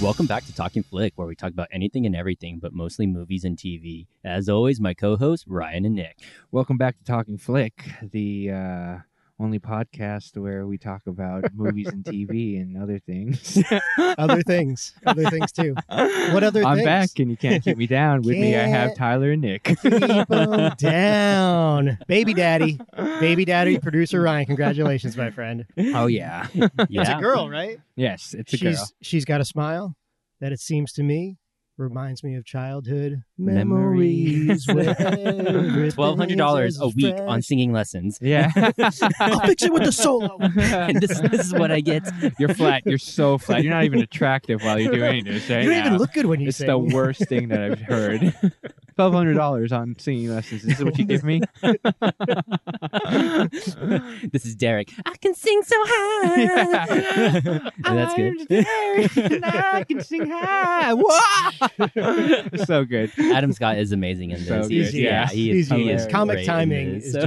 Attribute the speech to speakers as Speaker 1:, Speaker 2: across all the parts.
Speaker 1: Welcome back to Talking Flick, where we talk about anything and everything, but mostly movies and TV. As always, my co hosts, Ryan and Nick.
Speaker 2: Welcome back to Talking Flick, the uh, only podcast where we talk about movies and TV and other things.
Speaker 3: other things, other things too. What other
Speaker 2: I'm
Speaker 3: things?
Speaker 2: back, and you can't keep me down. With me, I have
Speaker 3: Can't
Speaker 2: Tyler and Nick.
Speaker 3: Keep 'em down, baby daddy, baby daddy, producer Ryan. Congratulations, my friend.
Speaker 2: Oh yeah,
Speaker 1: Yeah.
Speaker 3: It's a girl, right?
Speaker 2: yes, it's a
Speaker 3: she's
Speaker 2: girl.
Speaker 3: she's got a smile that it seems to me reminds me of childhood
Speaker 2: Memories.
Speaker 3: memories. Twelve
Speaker 1: $1,200 a week on singing lessons.
Speaker 2: Yeah,
Speaker 3: I'll fix it with the solo.
Speaker 1: and this, this is what I get.
Speaker 2: you're flat. You're so flat. You're not even attractive while you're doing this.
Speaker 3: You
Speaker 2: Right
Speaker 3: don't
Speaker 2: now.
Speaker 3: even look good when you
Speaker 2: it's
Speaker 3: sing.
Speaker 2: the worst thing that I've heard. Twelve hundred dollars on singing lessons. Is this what you give me?
Speaker 1: this is Derek. I can sing so high. And that's good.
Speaker 2: I can sing high. Whoa! so good.
Speaker 1: Adam Scott is amazing in
Speaker 2: So
Speaker 1: this.
Speaker 2: good,
Speaker 1: He's-
Speaker 2: yeah.
Speaker 1: he is.
Speaker 3: He's
Speaker 1: he
Speaker 3: genius.
Speaker 1: is
Speaker 3: Comic
Speaker 1: great in
Speaker 3: timing
Speaker 1: this.
Speaker 3: is
Speaker 1: So,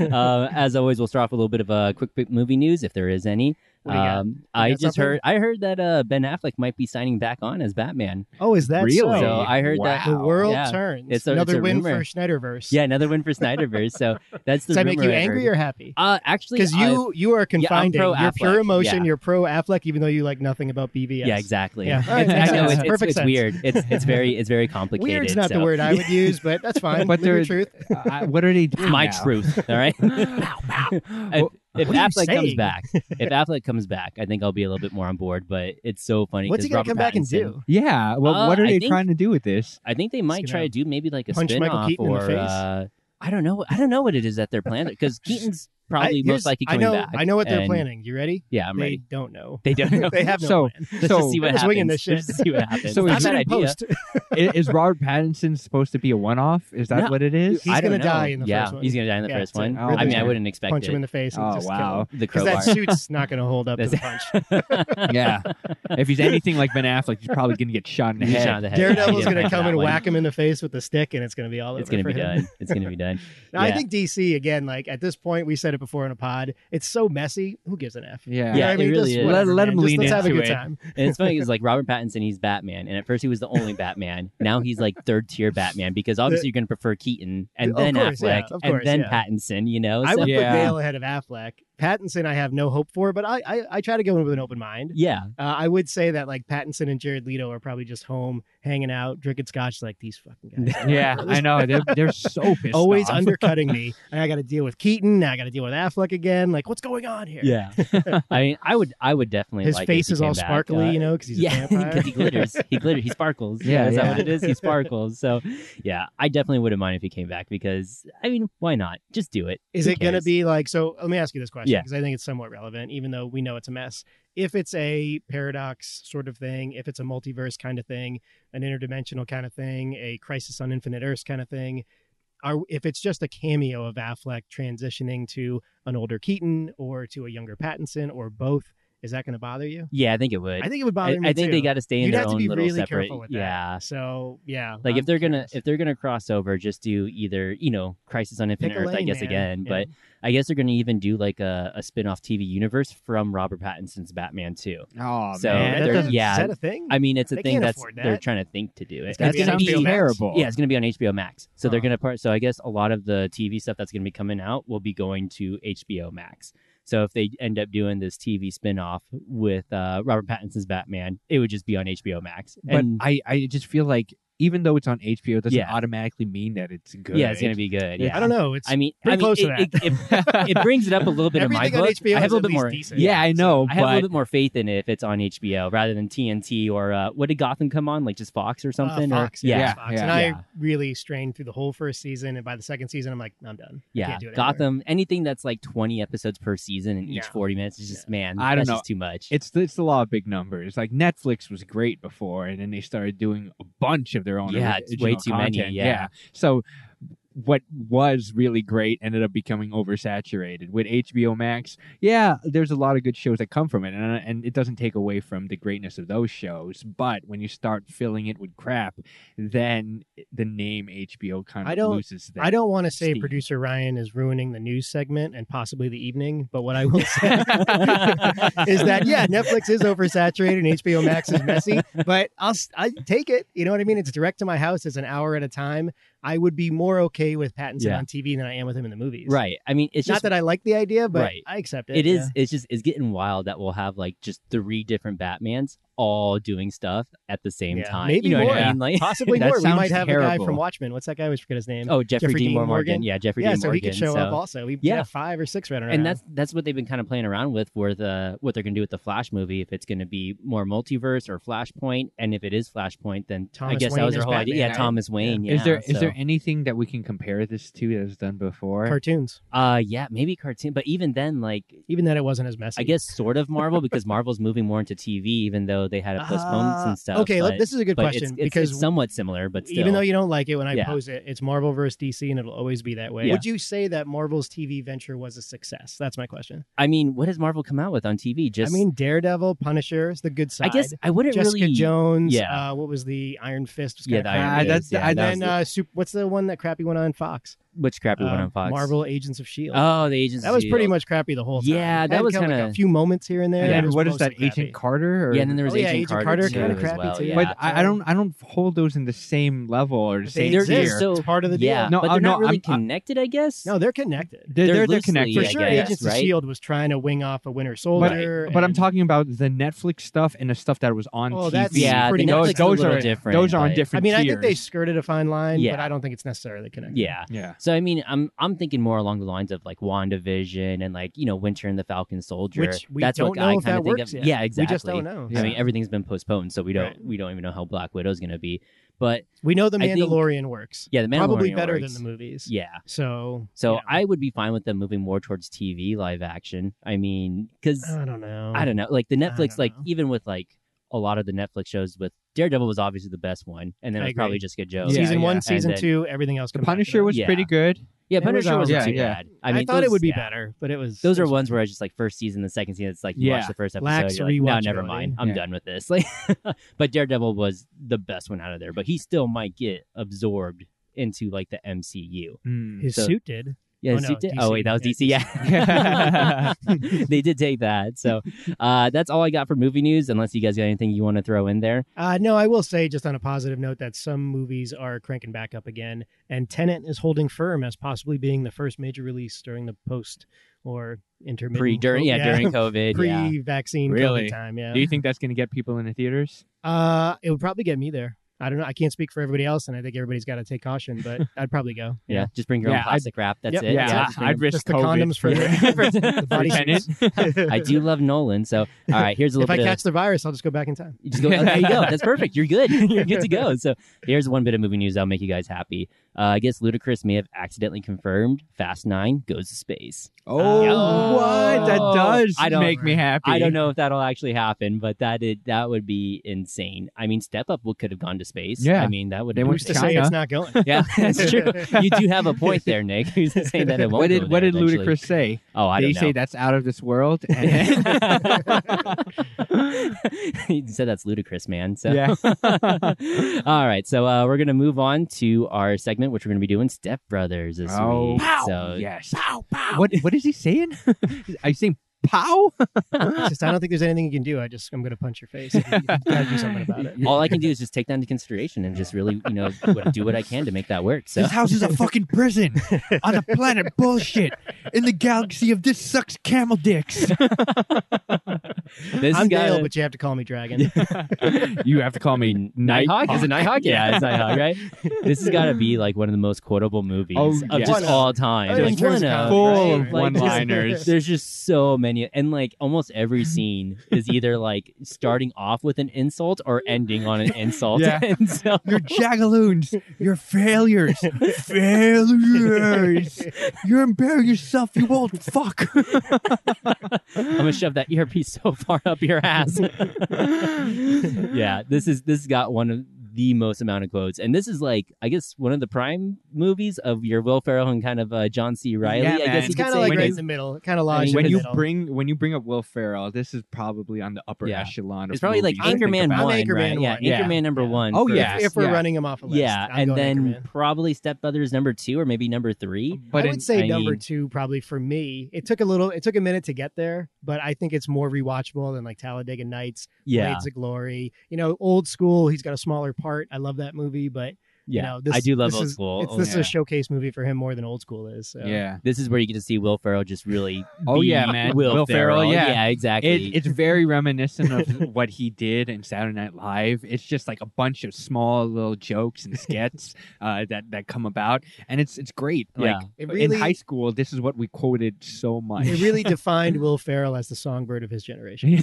Speaker 1: uh, as always, we'll start off with a little bit of uh, quick bit movie news if there is any. Um,
Speaker 3: What do you got?
Speaker 1: I
Speaker 3: got
Speaker 1: just
Speaker 3: something?
Speaker 1: heard. I heard that uh, Ben Affleck might be signing back on as Batman.
Speaker 3: Oh, is that
Speaker 2: really?
Speaker 1: So I heard that-
Speaker 3: The world
Speaker 1: Yeah.
Speaker 3: turns.
Speaker 1: It's a- it's
Speaker 3: Another
Speaker 1: a
Speaker 3: win
Speaker 1: rumor.
Speaker 3: for Schneiderverse.
Speaker 1: Yeah, another win for Snyderverse. So that's the.
Speaker 3: Does that make
Speaker 1: rumor
Speaker 3: you
Speaker 1: I heard.
Speaker 3: angry or happy?
Speaker 1: Uh, actually,
Speaker 3: Because
Speaker 1: I-
Speaker 3: you you are confined.
Speaker 1: pro
Speaker 3: you're
Speaker 1: Affleck,
Speaker 3: pure emotion.
Speaker 1: yeah.
Speaker 3: You're pro Affleck, even though you like nothing about BVS.
Speaker 1: Yeah, exactly.
Speaker 3: Yeah. All right,
Speaker 1: It's-
Speaker 3: makes
Speaker 1: I know
Speaker 3: sense.
Speaker 1: it's, it's,
Speaker 3: Perfect
Speaker 1: it's
Speaker 3: sense.
Speaker 1: weird. It's it's very it's very complicated.
Speaker 3: Weird's not
Speaker 1: so.
Speaker 3: the word I would use, but that's fine.
Speaker 2: But
Speaker 3: But
Speaker 2: there-
Speaker 3: the truth.
Speaker 2: I, what are they
Speaker 1: It's
Speaker 2: doing?
Speaker 1: my
Speaker 2: now?
Speaker 1: truth. All right. if if
Speaker 3: what are you
Speaker 1: Affleck comes
Speaker 3: saying?
Speaker 1: back, if Affleck comes back, I think I'll be a little bit more on board. But it's so funny.
Speaker 3: What's
Speaker 1: 'cause
Speaker 3: he gonna
Speaker 1: Robert
Speaker 3: come back and
Speaker 1: Pattinson-
Speaker 3: do?
Speaker 2: Yeah. Well,
Speaker 1: Uh,
Speaker 2: what are
Speaker 1: I
Speaker 2: they
Speaker 1: think-
Speaker 2: trying to do with this?
Speaker 1: I think they might
Speaker 3: gonna
Speaker 1: try to do maybe like a
Speaker 3: punch Michael
Speaker 1: spin-off
Speaker 3: Keaton in the
Speaker 1: or
Speaker 3: face?
Speaker 1: uh, I don't know. I don't know what it is that they're planning because Keaton's
Speaker 3: I-
Speaker 1: probably
Speaker 3: here's-
Speaker 1: most likely
Speaker 3: I
Speaker 1: coming
Speaker 3: know.
Speaker 1: back.
Speaker 3: I know what they're
Speaker 1: and-
Speaker 3: planning. You ready?
Speaker 1: Yeah, I'm
Speaker 3: they
Speaker 1: ready.
Speaker 3: don't know.
Speaker 1: They don't know.
Speaker 3: they have no
Speaker 2: so,
Speaker 3: plan.
Speaker 1: Let's
Speaker 2: so
Speaker 1: just see what
Speaker 3: I'm just
Speaker 1: happens.
Speaker 3: winging this
Speaker 1: Let's
Speaker 3: shit.
Speaker 1: just see what happens.
Speaker 2: So
Speaker 1: Not
Speaker 2: is
Speaker 1: a bad
Speaker 3: I'm in
Speaker 1: idea.
Speaker 3: post.
Speaker 2: i- is Robert Pattinson supposed to be a one-off? Is that
Speaker 1: No.
Speaker 2: what it is?
Speaker 3: He's
Speaker 1: I don't
Speaker 3: gonna
Speaker 1: know.
Speaker 3: die in the
Speaker 1: yeah,
Speaker 3: first one.
Speaker 1: he's gonna die in the
Speaker 3: Yeah,
Speaker 1: first
Speaker 3: so
Speaker 1: one.
Speaker 2: I'll
Speaker 1: I mean, I
Speaker 3: just
Speaker 1: wouldn't expect
Speaker 3: punch
Speaker 1: it.
Speaker 3: him in the face. And
Speaker 2: Oh,
Speaker 3: just
Speaker 2: wow.
Speaker 1: the
Speaker 3: Because
Speaker 1: crowbar.
Speaker 3: that suit's not going to hold up to the punch.
Speaker 1: That's-
Speaker 2: yeah. If he's anything like Ben Affleck, he's probably gonna get shot in the
Speaker 1: He's
Speaker 2: head.
Speaker 1: shot in the head.
Speaker 3: Daredevil's
Speaker 1: Yeah,
Speaker 3: going
Speaker 1: yeah,
Speaker 3: to come
Speaker 1: that
Speaker 3: and
Speaker 1: one.
Speaker 3: whack him in the face with the stick, and it's going to be all over.
Speaker 1: It's gonna
Speaker 3: for
Speaker 1: be
Speaker 3: him.
Speaker 1: done. It's gonna be done.
Speaker 3: Now,
Speaker 1: Yeah.
Speaker 3: I think DC again. Like at this point, we said it before in a pod. It's so messy. Who gives an f?
Speaker 2: Yeah.
Speaker 3: You know
Speaker 1: Yeah,
Speaker 3: what I
Speaker 1: it
Speaker 3: mean,
Speaker 1: really
Speaker 3: Just
Speaker 1: is.
Speaker 3: whatever,
Speaker 2: Let- let
Speaker 3: man.
Speaker 2: him
Speaker 3: Just
Speaker 2: lean
Speaker 3: let's have a
Speaker 2: into
Speaker 3: good
Speaker 2: it.
Speaker 3: time.
Speaker 1: And it's funny because like Robert Pattinson, he's Batman, and at first he was the only Batman. Now he's like third tier Batman because obviously you're gonna prefer Keaton and
Speaker 3: Of
Speaker 1: then
Speaker 3: course, yeah,
Speaker 1: Affleck
Speaker 3: of
Speaker 1: and
Speaker 3: course,
Speaker 1: then
Speaker 3: yeah.
Speaker 1: Pattinson. You know,
Speaker 3: I
Speaker 1: So-
Speaker 3: would
Speaker 2: Yeah.
Speaker 3: put Bale ahead of Affleck. Pattinson, I have no hope for, but I I, I try to go in with an open mind.
Speaker 1: yeah,
Speaker 3: Uh, I would say that like Pattinson and Jared Leto are probably just home hanging out, drinking scotch. Like these fucking guys.
Speaker 2: Yeah, I know. They're, they're so pissed.
Speaker 3: Always
Speaker 2: off.
Speaker 3: undercutting me, and I got to deal with Keaton. Now I got to deal with Affleck again. Like, what's going on here?
Speaker 1: yeah. I mean, I would, I would definitely.
Speaker 3: his
Speaker 1: like it if
Speaker 3: face
Speaker 1: he
Speaker 3: is
Speaker 1: came
Speaker 3: all
Speaker 1: back.
Speaker 3: sparkly,
Speaker 1: Uh,
Speaker 3: you know, because he's
Speaker 1: yeah,
Speaker 3: a vampire.
Speaker 1: because he glitters. He glitters. He sparkles.
Speaker 2: Yeah,
Speaker 1: Yeah, is that
Speaker 2: yeah.
Speaker 1: what it is? He sparkles. So, yeah, I definitely wouldn't mind if he came back because I mean, why not? Just do it.
Speaker 3: Is
Speaker 1: Who
Speaker 3: it going to
Speaker 1: cares?
Speaker 3: be like so? Let me ask you this question
Speaker 1: Yeah.
Speaker 3: because I think it's somewhat relevant, even though we know it's a mess. If it's a paradox sort of thing, if it's a multiverse kind of thing, an interdimensional kind of thing, a crisis on infinite Earths kind of thing, are if it's just a cameo of Affleck transitioning to an older Keaton or to a younger Pattinson or both, is that going to bother you?
Speaker 1: Yeah, I think it would.
Speaker 3: I think it would bother
Speaker 1: I,
Speaker 3: me.
Speaker 1: I think
Speaker 3: too.
Speaker 1: they got to stay in
Speaker 3: You'd
Speaker 1: their
Speaker 3: have to
Speaker 1: own
Speaker 3: be
Speaker 1: little
Speaker 3: really
Speaker 1: separate.
Speaker 3: careful with that.
Speaker 1: Yeah.
Speaker 3: So yeah,
Speaker 1: Like if
Speaker 3: I'm
Speaker 1: they're gonna
Speaker 3: curious.
Speaker 1: if they're gonna cross over, just do either you know Crisis on Infinite
Speaker 3: Pick a
Speaker 1: Earth, I
Speaker 3: lane,
Speaker 1: guess
Speaker 3: man.
Speaker 1: again,
Speaker 3: Yeah.
Speaker 1: but I guess they're gonna even do like a, a spin off TV universe from Robert Pattinson's Batman too.
Speaker 2: Oh
Speaker 1: So, that
Speaker 2: man, They're-
Speaker 1: doesn't-
Speaker 3: doesn't-
Speaker 1: yeah.
Speaker 3: is that a thing?
Speaker 1: I mean, it's a
Speaker 3: They
Speaker 1: thing
Speaker 3: can't
Speaker 1: that's
Speaker 3: afford
Speaker 1: they're
Speaker 3: that.
Speaker 1: trying to think to do it.
Speaker 3: It's
Speaker 2: that
Speaker 3: gonna be on
Speaker 2: sounds
Speaker 3: HBO Max.
Speaker 2: terrible.
Speaker 1: yeah, it's gonna be on HBO Max. So they're
Speaker 3: Huh.
Speaker 1: gonna part. So I guess a lot of the TV stuff that's gonna be coming out will be going to HBO Max. So if they end up doing this TV spin off with uh, Robert Pattinson's Batman, it would just be on HBO Max.
Speaker 2: but
Speaker 1: And
Speaker 2: I, I just feel like even though it's on HBO, it doesn't
Speaker 1: Yeah.
Speaker 2: automatically mean that it's good.
Speaker 1: yeah, it's gonna be good. Yeah.
Speaker 3: I don't know. It's
Speaker 1: I mean,
Speaker 3: pretty
Speaker 1: I mean,
Speaker 3: close to
Speaker 1: it, it- it- it brings it up a little bit in my
Speaker 3: Everything on
Speaker 1: book.
Speaker 3: HBO
Speaker 1: I have
Speaker 3: is
Speaker 1: a
Speaker 3: at
Speaker 1: little bit
Speaker 3: least
Speaker 1: more.
Speaker 3: decent.
Speaker 2: Yeah, I know,
Speaker 1: I have a
Speaker 2: but
Speaker 1: little bit more faith in it if it's on HBO rather than TNT or uh, what did Gotham come on? Like just Fox or something?
Speaker 3: Uh,
Speaker 1: Or-
Speaker 3: Fox, yeah,
Speaker 2: yeah,
Speaker 3: Fox.
Speaker 2: yeah,
Speaker 3: and I
Speaker 1: yeah.
Speaker 3: really strained through the whole first season, and by the second season, I'm like, I'm done. I
Speaker 1: yeah,
Speaker 3: can't do it anymore.
Speaker 1: Gotham. Anything that's like twenty episodes per season and each
Speaker 3: No.
Speaker 1: forty minutes is just man.
Speaker 2: I don't
Speaker 1: that's
Speaker 2: know.
Speaker 1: Just too much.
Speaker 2: It's the, it's the law of big numbers. Like Netflix was great before, and then they started doing a bunch of their own.
Speaker 1: Yeah,
Speaker 2: ori-
Speaker 1: it's way
Speaker 2: original
Speaker 1: too many,
Speaker 2: content.
Speaker 1: yeah.
Speaker 2: So what was really great ended up becoming oversaturated with HBO Max. Yeah, there's a lot of good shows that come from it, and uh, and it doesn't take away from the greatness of those shows. But when you start filling it with crap, then the name HBO kind of
Speaker 3: I don't-
Speaker 2: loses that.
Speaker 3: I don't want to say
Speaker 2: Steve.
Speaker 3: producer Ryan is ruining the news segment and possibly the evening, but what I will say is that yeah, Netflix is oversaturated and HBO Max is messy, but I'll s- I take it. You know what I mean? It's direct to my house. It's an hour at a time. I would be more okay with Pattinson
Speaker 1: Yeah.
Speaker 3: on TV than I am with him in the movies.
Speaker 1: right. I mean, it's
Speaker 3: Not
Speaker 1: just
Speaker 3: that I like the idea, but
Speaker 1: Right.
Speaker 3: I accept it.
Speaker 1: it
Speaker 3: yeah.
Speaker 1: is. It's just it's getting wild that we'll have like just three different Batmans all doing stuff at the same
Speaker 3: Yeah.
Speaker 1: time.
Speaker 3: Maybe
Speaker 1: you know what
Speaker 2: more.
Speaker 1: I mean? Like,
Speaker 3: possibly
Speaker 2: That
Speaker 3: more. We
Speaker 2: sounds
Speaker 3: might have a guy
Speaker 2: terrible.
Speaker 3: from Watchmen. What's that guy? I always forget his name.
Speaker 1: oh, Jeffrey, Dean Morgan.
Speaker 3: Morgan?
Speaker 1: Yeah, Jeffrey
Speaker 3: yeah,
Speaker 1: Dean
Speaker 3: so
Speaker 1: Morgan.
Speaker 3: he could show
Speaker 1: so.
Speaker 3: up also. We
Speaker 1: Yeah.
Speaker 3: have five or six running around.
Speaker 1: and that's that's what they've been kind of playing around with with uh, what they're going to do with the Flash movie. If it's going to be more multiverse or Flashpoint, and if it is Flashpoint, then I
Speaker 3: Thomas
Speaker 1: guess
Speaker 3: Wayne
Speaker 1: that was their
Speaker 3: is
Speaker 1: whole idea.
Speaker 3: Batman,
Speaker 1: Yeah,
Speaker 3: right?
Speaker 1: Thomas Wayne. Yeah.
Speaker 2: is there is
Speaker 1: so-
Speaker 2: there anything that we can compare this to that was done before?
Speaker 3: cartoons.
Speaker 1: Uh, yeah, maybe cartoon, but even then, like
Speaker 3: Even then, it wasn't as messy.
Speaker 1: I guess sort of Marvel because Marvel's moving more into TV, even though they had a postponements
Speaker 3: Ah,
Speaker 1: and stuff.
Speaker 3: Okay,
Speaker 1: but,
Speaker 3: let- this is a good
Speaker 1: but
Speaker 3: question
Speaker 1: it's, it's,
Speaker 3: because
Speaker 1: it's somewhat similar, but still.
Speaker 3: even though you don't like it when I
Speaker 1: Yeah.
Speaker 3: pose it, it's Marvel versus DC, and it'll always be that way.
Speaker 1: Yeah.
Speaker 3: Would you say that Marvel's TV venture was a success? That's my question.
Speaker 1: I mean, what has Marvel come out with on TV? Just
Speaker 3: I mean, Daredevil, Punisher, it's the good side.
Speaker 1: I guess I wouldn't
Speaker 3: Jessica
Speaker 1: really.
Speaker 3: Jones.
Speaker 1: yeah.
Speaker 3: Uh, what was the Iron Fist? Was
Speaker 1: Yeah,
Speaker 3: kinda
Speaker 1: the Iron
Speaker 3: crappy.
Speaker 2: Ah,
Speaker 1: Fist,
Speaker 2: that's-
Speaker 1: yeah,
Speaker 2: I-
Speaker 3: And
Speaker 1: that was
Speaker 3: then
Speaker 1: the-
Speaker 3: uh, Sup- what's the one that crappy went on Fox?
Speaker 1: which crappy one
Speaker 3: Uh,
Speaker 1: on Fox?
Speaker 3: Marvel Agents of Shield.
Speaker 1: Oh, the Agents.
Speaker 3: E that
Speaker 1: of
Speaker 3: was pretty
Speaker 1: S.H.I.E.L.D..
Speaker 3: much crappy the whole time.
Speaker 1: E Yeah,
Speaker 3: It
Speaker 1: that
Speaker 3: had
Speaker 1: was
Speaker 3: kind of like
Speaker 1: kinda-
Speaker 3: a few moments here and there.
Speaker 2: And
Speaker 3: and
Speaker 2: then
Speaker 3: it was
Speaker 2: what is that
Speaker 3: mostly crappy.
Speaker 2: Agent Carter? Or...
Speaker 1: Yeah, and then there was
Speaker 3: Oh, yeah,
Speaker 1: Agent,
Speaker 3: Agent
Speaker 1: Carter,
Speaker 3: Carter,
Speaker 1: too,
Speaker 3: kinda
Speaker 1: as
Speaker 3: crappy,
Speaker 1: well,
Speaker 3: too.
Speaker 1: Yeah.
Speaker 2: But I, I don't I don't hold those in the same level or the
Speaker 3: But they
Speaker 2: same
Speaker 1: they're, they're
Speaker 2: tier.
Speaker 3: exist.
Speaker 1: so
Speaker 3: It's part of the
Speaker 1: yeah,
Speaker 3: deal.
Speaker 2: No,
Speaker 1: but
Speaker 2: uh,
Speaker 1: they're
Speaker 2: no,
Speaker 1: not really
Speaker 2: I'm- I-
Speaker 1: connected, I guess.
Speaker 3: No, they're connected.
Speaker 1: They're
Speaker 2: They're, they're, they're
Speaker 1: loosely,
Speaker 2: connected.
Speaker 3: For
Speaker 1: I
Speaker 3: sure,
Speaker 1: guess,
Speaker 3: Agents of
Speaker 1: right?
Speaker 3: Shield E was trying to wing off a Winter Soldier.
Speaker 2: But I'm
Speaker 3: and-
Speaker 2: talking about the Netflix stuff and the stuff that was on
Speaker 3: Oh,
Speaker 2: TV.
Speaker 3: that's
Speaker 1: yeah,
Speaker 3: pretty
Speaker 1: the Netflix
Speaker 3: much-
Speaker 2: those, those
Speaker 1: a little
Speaker 2: are
Speaker 1: different.
Speaker 2: those are on
Speaker 1: but-
Speaker 2: different.
Speaker 3: I mean, I think they
Speaker 2: tiers.
Speaker 3: skirted a fine line, but
Speaker 1: Yeah.
Speaker 3: I don't think it's necessarily connected.
Speaker 1: Yeah.
Speaker 2: Yeah.
Speaker 1: So I mean, I'm I'm thinking more along the lines of like WandaVision and like you know Winter and the Falcon Soldier.
Speaker 3: Which we
Speaker 1: That's
Speaker 3: don't
Speaker 1: what
Speaker 3: know
Speaker 1: I kind
Speaker 3: if that
Speaker 1: of think
Speaker 3: works
Speaker 1: of.
Speaker 3: yet.
Speaker 1: Yeah, exactly.
Speaker 3: We just don't know.
Speaker 1: I
Speaker 2: Yeah.
Speaker 1: mean, everything's been postponed, so we don't
Speaker 3: Right.
Speaker 1: we don't even know how Black Widow's going to be. But
Speaker 3: we know the
Speaker 1: I think-
Speaker 3: Mandalorian works.
Speaker 1: yeah, the Mandalorian
Speaker 3: Probably better
Speaker 1: works.
Speaker 3: than the movies.
Speaker 1: Yeah.
Speaker 3: So,
Speaker 1: So
Speaker 3: yeah.
Speaker 1: I would be fine with them moving more towards TV live action. I mean, because
Speaker 3: I don't know.
Speaker 1: I don't know, like the Netflix,
Speaker 3: don't
Speaker 1: like
Speaker 3: know.
Speaker 1: even with like a lot of the Netflix shows, with Daredevil was obviously the best one, and then
Speaker 3: I
Speaker 1: it was probably
Speaker 3: agree.
Speaker 1: Jessica Jones.
Speaker 2: Yeah,
Speaker 3: season
Speaker 2: yeah.
Speaker 3: one,
Speaker 1: And
Speaker 3: season
Speaker 1: then-
Speaker 3: two, everything else.
Speaker 2: The
Speaker 3: combined.
Speaker 2: Punisher was
Speaker 1: Yeah.
Speaker 2: pretty good.
Speaker 1: Yeah,
Speaker 3: It was
Speaker 1: Punisher wasn't
Speaker 2: alright.
Speaker 1: too
Speaker 2: Yeah, yeah.
Speaker 1: bad.
Speaker 3: I,
Speaker 1: I mean,
Speaker 3: thought it
Speaker 1: those-
Speaker 3: would be
Speaker 1: yeah.
Speaker 3: better, but it was.
Speaker 1: Those
Speaker 3: it
Speaker 1: are
Speaker 3: was
Speaker 1: ones where I just like first season, the second season. It's like you
Speaker 2: Yeah.
Speaker 1: watch the first episode,
Speaker 3: Lacks
Speaker 1: you're like, no, never
Speaker 3: rewatchability.
Speaker 1: mind. I'm
Speaker 2: Yeah.
Speaker 1: done with this. Like, but Daredevil was the best one out of there. But he still might get absorbed into like the MCU.
Speaker 2: Mm.
Speaker 3: His
Speaker 1: so-
Speaker 3: suit did.
Speaker 1: Yeah,
Speaker 3: Oh,
Speaker 1: so
Speaker 3: no,
Speaker 1: he did- oh
Speaker 3: DC,
Speaker 1: wait, that was
Speaker 3: yeah,
Speaker 1: DC. Yeah, they did take that. So uh, that's all I got for movie news. Unless you guys got anything you want to throw in there.
Speaker 3: Uh, no, I will say just on a positive note that some movies are cranking back up again, and Tenant is holding firm as possibly being the first major release during the post or intermittent
Speaker 1: Pre during yeah, during COVID. yeah.
Speaker 3: pre-vaccine COVID
Speaker 2: Really?
Speaker 3: time. Yeah,
Speaker 2: Do you think that's going to get people in the theaters?
Speaker 3: Uh, it would probably get me there. I don't know. I can't speak for everybody else, and I think everybody's got to take caution. But I'd probably go.
Speaker 1: yeah, just bring your
Speaker 2: Yeah,
Speaker 1: own
Speaker 2: I'd-
Speaker 1: plastic wrap. That's
Speaker 3: Yep.
Speaker 1: it.
Speaker 3: Yeah,
Speaker 1: just
Speaker 3: I'd-
Speaker 1: bring
Speaker 2: I'd
Speaker 1: them.
Speaker 2: risk
Speaker 3: Just the
Speaker 2: COVID
Speaker 3: condoms for the
Speaker 1: the
Speaker 3: body
Speaker 2: For Tenet.
Speaker 3: suits.
Speaker 1: I do love Nolan. So all right, here's a
Speaker 3: If
Speaker 1: little
Speaker 3: I
Speaker 1: bit of
Speaker 3: catch the virus, I'll just go back in time.
Speaker 1: You just go, oh, there you go. That's perfect. You're good. You're good to go. So here's one bit of movie news that'll make you guys happy. Uh, I guess Ludacris may have accidentally confirmed Fast Nine goes to space.
Speaker 2: Oh,
Speaker 3: Yo.
Speaker 2: what? That does
Speaker 1: I don't-
Speaker 2: make me happy.
Speaker 1: I don't know if that'll actually happen, but that it, that would be insane. I mean, Step Up would, could have gone to space.
Speaker 2: Yeah.
Speaker 1: I mean, that would
Speaker 2: They
Speaker 1: have
Speaker 2: went
Speaker 3: Who's
Speaker 1: been
Speaker 3: to
Speaker 2: to
Speaker 3: say
Speaker 2: China.
Speaker 3: it's not going?
Speaker 1: Yeah, that's true. You do have a point there, Nick. Who's to say that it won't?
Speaker 2: What
Speaker 1: go
Speaker 2: did What
Speaker 1: there
Speaker 2: did
Speaker 1: eventually?
Speaker 2: Ludacris say?
Speaker 1: Oh, I
Speaker 2: did he
Speaker 1: don't know.
Speaker 2: say that's out of this world? And-
Speaker 1: you said that's ludicrous, man. So
Speaker 2: Yeah.
Speaker 1: All right, so uh, we're gonna move on to our segment, which we're gonna be doing Step Brothers this
Speaker 2: oh,
Speaker 1: week. So
Speaker 2: yes. What What is he saying? Are you saying pow?
Speaker 3: It's just, I don't think there's anything you can do. I just I'm going to punch your face. You gotta do something about it.
Speaker 1: all I can do is just take that into consideration and just really, you know, what- do what I can to make that work. So
Speaker 2: This house is a fucking prison on the planet bullshit in the galaxy of this sucks camel dicks.
Speaker 1: this
Speaker 3: I'm
Speaker 1: is
Speaker 3: Dale,
Speaker 1: gotta-
Speaker 3: but you have to call me Dragon.
Speaker 2: you have to call me
Speaker 1: Nighthawk is it Nighthawk? Yeah, it's Nighthawk, right? This has got to be like one of the most quotable movies
Speaker 2: Oh,
Speaker 1: of
Speaker 2: yes.
Speaker 1: just
Speaker 3: One of-
Speaker 1: all time.
Speaker 3: I mean,
Speaker 1: Like,
Speaker 3: in terms
Speaker 1: one uh,
Speaker 3: of
Speaker 1: of,
Speaker 3: comedy,
Speaker 2: Full
Speaker 1: right?
Speaker 2: of
Speaker 1: Like, just-
Speaker 2: one-liners.
Speaker 1: There's just so many, and like almost every scene is either like starting off with an insult or ending on an insult.
Speaker 2: Yeah.
Speaker 1: And so
Speaker 2: You're jagaloons. You're failures. failures. You're embarrassing yourself, you old fuck.
Speaker 1: I'm gonna shove that E earpiece so far up your ass. yeah, this is this has got one of the most amount of quotes. And this is like, I guess, one of the prime movies of your Will Ferrell and kind of uh, John C. Riley.
Speaker 2: Yeah,
Speaker 1: I
Speaker 2: man.
Speaker 1: guess
Speaker 3: It's
Speaker 1: you could
Speaker 3: kind of
Speaker 1: say
Speaker 3: like
Speaker 2: when
Speaker 1: because-
Speaker 3: right
Speaker 2: you-
Speaker 3: in the middle, kind of
Speaker 1: I
Speaker 3: lodged
Speaker 1: mean,
Speaker 2: when
Speaker 3: in
Speaker 2: you
Speaker 3: the middle.
Speaker 2: bring when you bring up Will Ferrell, this is probably on the upper
Speaker 1: Yeah.
Speaker 2: echelon. Of
Speaker 1: it's probably like
Speaker 2: movies. Think
Speaker 1: Anchorman
Speaker 2: about it.
Speaker 3: I'm
Speaker 1: one,
Speaker 3: Anchorman
Speaker 1: right? Yeah,
Speaker 3: one.
Speaker 2: Yeah.
Speaker 1: Anchorman number
Speaker 3: Yeah.
Speaker 1: one.
Speaker 2: Oh,
Speaker 1: for-
Speaker 2: yeah.
Speaker 3: if we're
Speaker 2: yeah.
Speaker 3: running them off a list,
Speaker 1: yeah,
Speaker 3: I'm
Speaker 1: and
Speaker 3: going
Speaker 1: then
Speaker 3: Anchorman.
Speaker 1: probably Step Brothers number two, or maybe number three.
Speaker 2: But
Speaker 3: I
Speaker 2: in-
Speaker 3: would say
Speaker 1: I
Speaker 3: number
Speaker 1: mean-
Speaker 3: two probably for me. It took a little, it took a minute to get there, but I think it's more rewatchable than like Talladega Nights,
Speaker 1: Yeah,
Speaker 3: Blades of Glory. You know, old school. He's got a smaller part. I love that movie, but
Speaker 1: yeah.
Speaker 3: you know, this,
Speaker 1: I do love
Speaker 3: this
Speaker 1: old
Speaker 3: is-
Speaker 1: school.
Speaker 3: It's, this is
Speaker 2: yeah.
Speaker 3: a showcase movie for him more than old school is. So.
Speaker 2: yeah.
Speaker 1: This is where you get to see Will Ferrell just really.
Speaker 2: Oh,
Speaker 1: be
Speaker 2: yeah, man.
Speaker 1: Will,
Speaker 2: Will Ferrell, yeah.
Speaker 1: exactly.
Speaker 2: It, it's very reminiscent of what he did in Saturday Night Live. It's just like a bunch of small little jokes and skits uh, that that come about, and it's it's great. Like
Speaker 1: Yeah.
Speaker 3: It really,
Speaker 2: in high school, this is what we quoted so much.
Speaker 3: it really defined Will Ferrell as the songbird of his generation,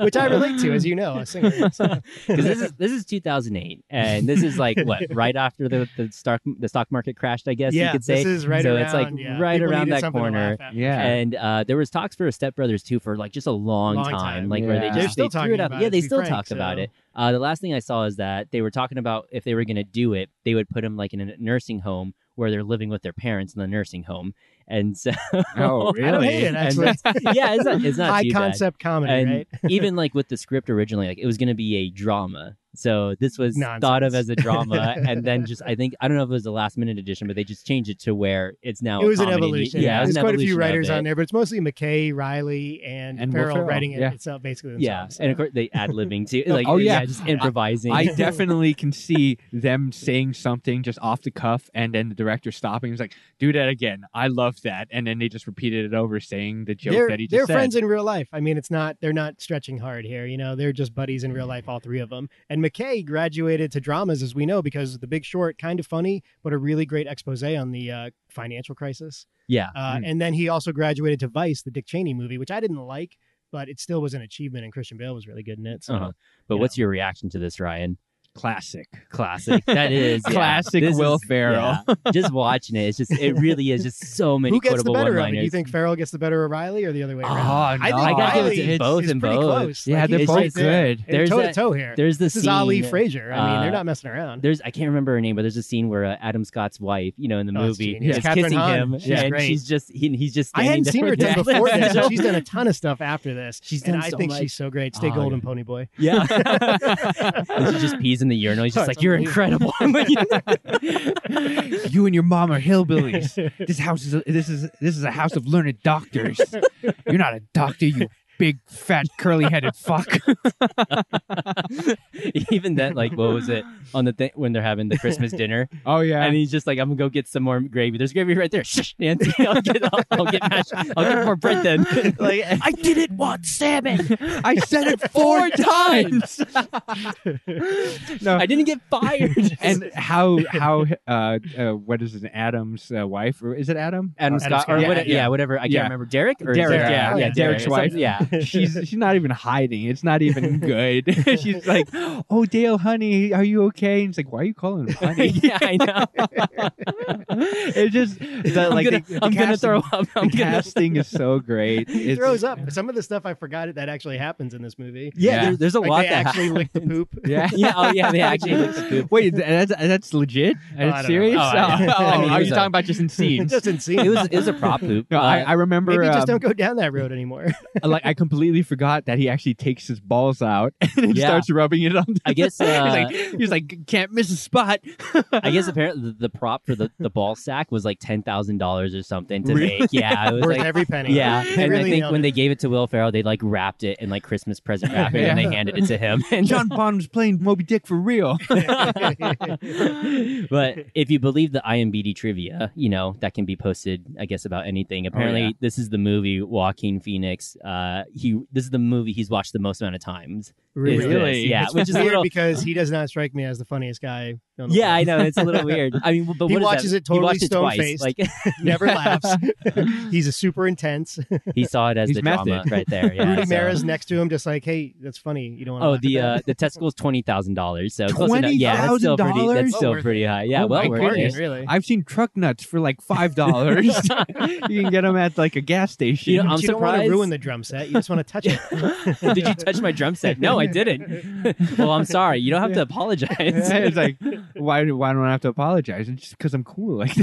Speaker 3: which I relate to, as you know, a singer. So,
Speaker 1: because this is this is 2008, and this is like what right after the the stock the stock market crashed, I guess you
Speaker 3: yeah,
Speaker 1: could say.
Speaker 3: this is right
Speaker 1: So
Speaker 3: around,
Speaker 1: it's, like,
Speaker 3: yeah.
Speaker 1: right
Speaker 3: People
Speaker 1: around
Speaker 3: needed
Speaker 1: that
Speaker 3: something to
Speaker 1: corner.
Speaker 3: laugh at.
Speaker 2: Yeah.
Speaker 1: And uh, there was talks for Step Brothers too for like just a long,
Speaker 3: Long
Speaker 1: time,
Speaker 3: time.
Speaker 1: like where they
Speaker 2: Yeah.
Speaker 1: just they
Speaker 2: They're
Speaker 3: still
Speaker 1: threw
Speaker 3: talking
Speaker 1: it out.
Speaker 3: about
Speaker 1: yeah,
Speaker 3: it,
Speaker 1: they
Speaker 3: to be
Speaker 1: still
Speaker 3: frank,
Speaker 1: talk about
Speaker 3: so-
Speaker 1: it. Uh, the last thing I saw is that they were talking about if they were going to do it, they would put him like in a nursing home where they're living with their parents in the nursing home, and so
Speaker 2: oh,
Speaker 3: I don't
Speaker 2: really?
Speaker 3: hate it
Speaker 1: And
Speaker 3: actually.
Speaker 1: yeah, it's not, it's not
Speaker 3: High
Speaker 1: too bad.
Speaker 3: concept comedy,
Speaker 1: And
Speaker 3: right?
Speaker 1: even like with the script originally, like it was going to be a drama. So this was
Speaker 3: Nonsense.
Speaker 1: thought of as a drama, and then just I think I don't know if it was the last minute edition, but they just changed it to where it's now.
Speaker 3: It
Speaker 1: a
Speaker 3: was an
Speaker 1: comedy.
Speaker 3: evolution.
Speaker 1: Yeah, it was
Speaker 3: there's
Speaker 1: an
Speaker 3: quite a few
Speaker 1: evolution of
Speaker 3: writers
Speaker 1: it.
Speaker 3: on there, but it's mostly McKay, Riley, and,
Speaker 2: And Will
Speaker 3: Ferrell
Speaker 2: Ferrell,
Speaker 3: writing it
Speaker 2: yeah.
Speaker 3: itself basically.
Speaker 1: Yeah,
Speaker 3: Themselves,
Speaker 1: and of
Speaker 3: so.
Speaker 1: course they ad libbing too. Like
Speaker 2: Oh, yeah.
Speaker 1: yeah, just improvising.
Speaker 2: I definitely can see them saying something just off the cuff, and then the director stopping. He's like, "Do that again. I love that." And then they just repeated it over, saying the joke
Speaker 3: they're,
Speaker 2: that he just
Speaker 3: they're
Speaker 2: said.
Speaker 3: friends in real life. I mean, it's not they're not stretching hard here. You know, they're just buddies in real life, all three of them. And McKay graduated to dramas, as we know, because The Big Short, kind of funny, but a really great expose on the uh, financial crisis.
Speaker 1: yeah,
Speaker 3: Uh,
Speaker 2: Mm.
Speaker 3: And then he also graduated to Vice, the Dick Cheney movie, which I didn't like, but it still was an achievement, and Christian Bale was really good in it. So.
Speaker 1: Uh-huh. But
Speaker 3: you
Speaker 1: what's your reaction to this, Ryan?
Speaker 2: Classic.
Speaker 1: Classic. That is yeah.
Speaker 2: Classic
Speaker 1: This
Speaker 2: Will
Speaker 1: is-
Speaker 2: Ferrell.
Speaker 1: yeah. Just watching it, it's just it really is just so many
Speaker 3: Who gets the
Speaker 1: quotable
Speaker 3: better of it?
Speaker 1: one-liners. Ah,
Speaker 3: Do you think Farrell gets the better of Riley or the other way around?
Speaker 2: Oh, no.
Speaker 3: I think
Speaker 1: I gotta give it to
Speaker 3: Riley
Speaker 1: both
Speaker 3: is
Speaker 1: and
Speaker 3: pretty
Speaker 1: both.
Speaker 3: close.
Speaker 2: Yeah,
Speaker 3: Like,
Speaker 2: they're
Speaker 3: he's
Speaker 2: both
Speaker 3: right there.
Speaker 2: good.
Speaker 3: They're
Speaker 1: There's
Speaker 3: toe to
Speaker 1: that-
Speaker 3: toe here.
Speaker 1: There's the
Speaker 3: This
Speaker 1: scene.
Speaker 3: is Ali Frazier. I mean, they're
Speaker 1: uh,
Speaker 3: not messing around.
Speaker 1: there's I can't remember her name, but there's a scene where uh, Adam Scott's wife, you know, in the
Speaker 3: Oh, it's
Speaker 1: movie,
Speaker 3: genius.
Speaker 1: is
Speaker 3: Catherine
Speaker 1: kissing
Speaker 3: Hahn,
Speaker 1: him,
Speaker 3: she's
Speaker 1: and
Speaker 3: great.
Speaker 1: she's just he, he's just.
Speaker 3: I
Speaker 1: Standing there
Speaker 3: hadn't seen her
Speaker 1: with
Speaker 3: done
Speaker 1: that.
Speaker 3: before this, but she's done a ton of stuff after this.
Speaker 1: She's
Speaker 3: and
Speaker 1: done
Speaker 3: I
Speaker 1: so
Speaker 3: think
Speaker 1: much.
Speaker 3: she's so great. Stay
Speaker 1: Oh,
Speaker 3: golden,
Speaker 1: yeah.
Speaker 3: pony boy.
Speaker 1: yeah, and she just pees in the urinal. He's
Speaker 3: Oh,
Speaker 1: just
Speaker 3: it's
Speaker 1: like, "You're incredible."
Speaker 2: you and your mom are hillbillies. This house is a, this is this is a house of learned doctors. You're not a doctor, you big fat curly headed fuck.
Speaker 1: Even that, like, what was it on the thing when they're having the Christmas dinner?
Speaker 2: Oh yeah.
Speaker 1: And he's just like, I'm gonna go get some more gravy. There's gravy right there. Shh, Nancy. I'll get, I'll, I'll get mashed. I'll get more bread then. like, I did it once, salmon.
Speaker 2: I said it four times. no.
Speaker 1: I didn't get fired.
Speaker 2: and how how uh, uh what is it Adam's uh, wife or is it Adam?
Speaker 1: Adam Scott, or what,
Speaker 3: Scott.
Speaker 2: Yeah,
Speaker 1: yeah,
Speaker 2: yeah.
Speaker 1: whatever. I can't
Speaker 2: Yeah.
Speaker 1: remember. Derek or
Speaker 2: Derek,
Speaker 1: Derek?
Speaker 2: yeah. Yeah, Derek's
Speaker 1: Derek.
Speaker 2: wife.
Speaker 1: Some- Yeah.
Speaker 2: she's she's not even hiding. It's not even good. she's like, "Oh, Dale, honey, are you okay?" And he's like, "Why are you calling him honey?"
Speaker 1: yeah, I know.
Speaker 2: it's just the,
Speaker 1: I'm
Speaker 2: like
Speaker 1: gonna,
Speaker 2: the- the
Speaker 1: I'm gonna
Speaker 2: casting-
Speaker 1: throw up. I'm
Speaker 2: the
Speaker 1: gonna.
Speaker 2: casting is so great.
Speaker 3: He
Speaker 2: It's-
Speaker 3: throws up. Some of the stuff I forgot it that actually happens in this movie.
Speaker 1: Yeah,
Speaker 2: Yeah.
Speaker 1: There, there's a
Speaker 3: Like,
Speaker 1: lot
Speaker 3: they
Speaker 1: that
Speaker 3: actually
Speaker 1: hap-
Speaker 3: lick the poop.
Speaker 2: Yeah.
Speaker 1: yeah, oh yeah, they actually lick the poop.
Speaker 2: Wait, th- that's that's legit?
Speaker 3: Oh, I
Speaker 2: That's
Speaker 3: don't know.
Speaker 2: serious?
Speaker 1: Oh, I-
Speaker 2: Oh,
Speaker 1: I mean, it
Speaker 2: are
Speaker 1: was
Speaker 2: you
Speaker 1: a-
Speaker 2: talking about just in
Speaker 3: It
Speaker 2: scenes?
Speaker 3: doesn't seem.
Speaker 1: It was it was a prop poop.
Speaker 2: No, I,
Speaker 1: Uh,
Speaker 2: I remember.
Speaker 3: Maybe just
Speaker 2: um,
Speaker 3: don't go down that road anymore.
Speaker 2: like I completely forgot that he actually takes his balls out and then
Speaker 1: Yeah.
Speaker 2: starts rubbing it on. The,
Speaker 1: I guess, uh,
Speaker 2: he's like he's like can't miss a spot.
Speaker 1: I guess apparently the, the prop for the, the ball sack was like ten thousand dollars or something to
Speaker 2: Really?
Speaker 1: make. Yeah, it was
Speaker 3: Worth
Speaker 1: like
Speaker 3: every penny.
Speaker 1: yeah.
Speaker 3: They
Speaker 1: And I
Speaker 3: really
Speaker 1: think
Speaker 3: nailed
Speaker 1: when
Speaker 3: it.
Speaker 1: they gave it to Will Ferrell, they like wrapped it in like Christmas present wrapping and
Speaker 2: Yeah.
Speaker 1: they handed it to him. And
Speaker 2: John Bonham's playing Moby Dick for real.
Speaker 1: but if you believe the IMBD trivia, you know that can be posted, I guess, about anything. Apparently,
Speaker 2: yeah.
Speaker 1: this is the movie Joaquin Phoenix. Uh, he this is the movie he's watched the most amount of times. Is this.
Speaker 2: Really?
Speaker 1: Yeah,
Speaker 3: It's
Speaker 1: which is a
Speaker 3: weird
Speaker 1: little.
Speaker 3: because he does not strike me as the funniest guy don't
Speaker 1: Yeah,
Speaker 3: why.
Speaker 1: I know it's a little weird. I mean, but what
Speaker 3: He
Speaker 1: is that?
Speaker 3: watches it totally
Speaker 1: he watched it
Speaker 3: stone
Speaker 1: twice.
Speaker 3: faced.
Speaker 1: Like
Speaker 3: Never laughs. He's a super intense.
Speaker 1: he saw it as
Speaker 2: He's
Speaker 1: the
Speaker 2: method.
Speaker 1: drama right there. Yeah,
Speaker 3: Rudy
Speaker 1: so-
Speaker 3: Mara's next to him, just like, hey, that's funny. You don't want to.
Speaker 1: Oh, the uh, the testicles twenty thousand dollars. So close enough. Yeah, that's still pretty.
Speaker 2: $20,000?
Speaker 1: That's still
Speaker 3: Well worth
Speaker 1: pretty high. Yeah,
Speaker 2: Oh
Speaker 1: well
Speaker 2: my
Speaker 1: worth it.
Speaker 2: goodness.
Speaker 3: really.
Speaker 2: I've seen truck nuts for like five dollars. you can get them at like a gas station.
Speaker 1: You know, I'm
Speaker 3: But you don't want to
Speaker 1: surprised-
Speaker 3: ruin the drum set. You just want to touch it.
Speaker 1: Did you touch my drum set? No, I didn't. well, I'm sorry. You don't have to apologize.
Speaker 2: it's like why do why don't I have to apologize? It's just because I'm cool like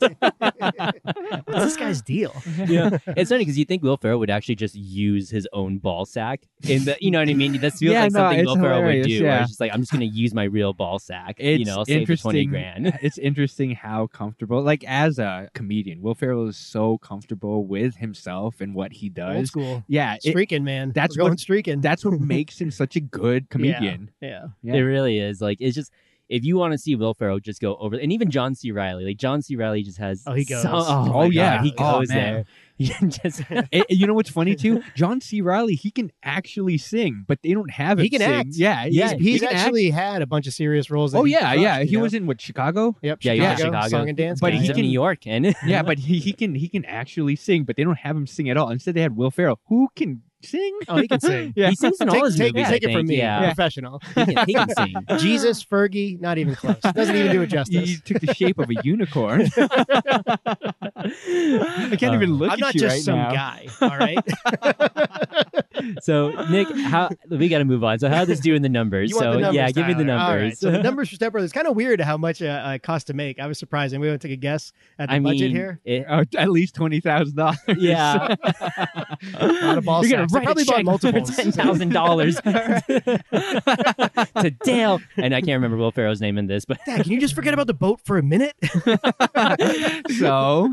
Speaker 2: that.
Speaker 3: What's this guy's deal?
Speaker 1: yeah, it's funny because you think Will Ferrell would actually just use his own ball sack in the, you know what I mean? That feels
Speaker 2: Yeah,
Speaker 1: like
Speaker 2: no,
Speaker 1: something
Speaker 2: it's
Speaker 1: Will Ferrell would
Speaker 2: hilarious,
Speaker 1: do. Where
Speaker 2: yeah.
Speaker 1: it's just like I'm just gonna use my real ball sack. you
Speaker 2: It's
Speaker 1: know, save the twenty
Speaker 2: interesting.
Speaker 1: grand.
Speaker 2: it's interesting how comfortable, like as a comedian, Will Ferrell is so comfortable with himself and what he
Speaker 3: Old
Speaker 2: does.
Speaker 3: school.
Speaker 2: Yeah, it-
Speaker 3: Streaking, man.
Speaker 2: that's
Speaker 3: We're going
Speaker 2: what-
Speaker 3: streaking.
Speaker 2: that's what makes him such a good comedian.
Speaker 3: yeah.
Speaker 2: Yeah.
Speaker 1: It really is. Like it's just if you want to see Will Ferrell just go over, and even John C. Riley, like John C. Riley just has.
Speaker 3: Oh, he goes.
Speaker 1: so- oh,
Speaker 2: Oh,
Speaker 1: my
Speaker 2: yeah.
Speaker 1: God, he
Speaker 2: Oh,
Speaker 1: goes
Speaker 2: man.
Speaker 1: there. He just
Speaker 2: And- and you know what's funny too? John C. Riley, he can actually sing, but they don't have him.
Speaker 3: He can
Speaker 2: sing.
Speaker 3: act.
Speaker 2: Yeah,
Speaker 3: He's,
Speaker 2: yeah.
Speaker 3: he's
Speaker 2: he can act.
Speaker 3: actually had a bunch of serious roles. that
Speaker 2: Oh
Speaker 3: he
Speaker 2: yeah,
Speaker 3: crushed,
Speaker 2: yeah.
Speaker 3: you
Speaker 2: He
Speaker 3: know?
Speaker 2: was in what Chicago?
Speaker 3: Yep.
Speaker 1: Yeah, he was in Chicago.
Speaker 3: Song and dance.
Speaker 2: But
Speaker 1: but
Speaker 3: guy.
Speaker 2: he
Speaker 1: he's
Speaker 2: can-
Speaker 1: in New York, and
Speaker 2: Yeah, but he, he can he can actually sing, but they don't have him sing at all. Instead, they had Will Ferrell, who can sing.
Speaker 3: Oh, he can sing.
Speaker 2: Yeah.
Speaker 1: he sings in all
Speaker 3: Take,
Speaker 1: his
Speaker 3: take,
Speaker 1: movies. I
Speaker 3: take it
Speaker 1: think.
Speaker 3: from me,
Speaker 1: Yeah,
Speaker 3: professional.
Speaker 1: he, can, he can sing.
Speaker 3: Jesus, Fergie, not even close. Doesn't even do it
Speaker 2: You
Speaker 3: justice.
Speaker 2: took the shape of a unicorn. I can't even look
Speaker 3: I'm
Speaker 2: at
Speaker 3: not
Speaker 2: you
Speaker 3: just
Speaker 2: right
Speaker 3: some
Speaker 2: now.
Speaker 3: guy. All right.
Speaker 1: So Nick, how we got to move on. So how does do in the numbers?
Speaker 3: You want
Speaker 1: so
Speaker 3: the numbers,
Speaker 1: yeah, give me the
Speaker 3: Tyler. All right,
Speaker 1: numbers.
Speaker 3: so the numbers for Step Brothers kind of weird how much uh, uh, cost to make. I was surprised, and we went to take a guess at the
Speaker 1: I
Speaker 3: budget
Speaker 1: mean,
Speaker 3: here.
Speaker 1: it-
Speaker 2: Oh, at least twenty thousand dollars.
Speaker 1: yeah,
Speaker 3: A lot of ball
Speaker 1: You're gonna
Speaker 3: sacks. They
Speaker 1: write
Speaker 3: probably
Speaker 1: a check
Speaker 3: bought multiples.
Speaker 1: for ten thousand dollars to Dale, and I can't remember Will Ferrell's name in this, but
Speaker 3: Dad, can you just forget about the boat for a minute?
Speaker 2: so,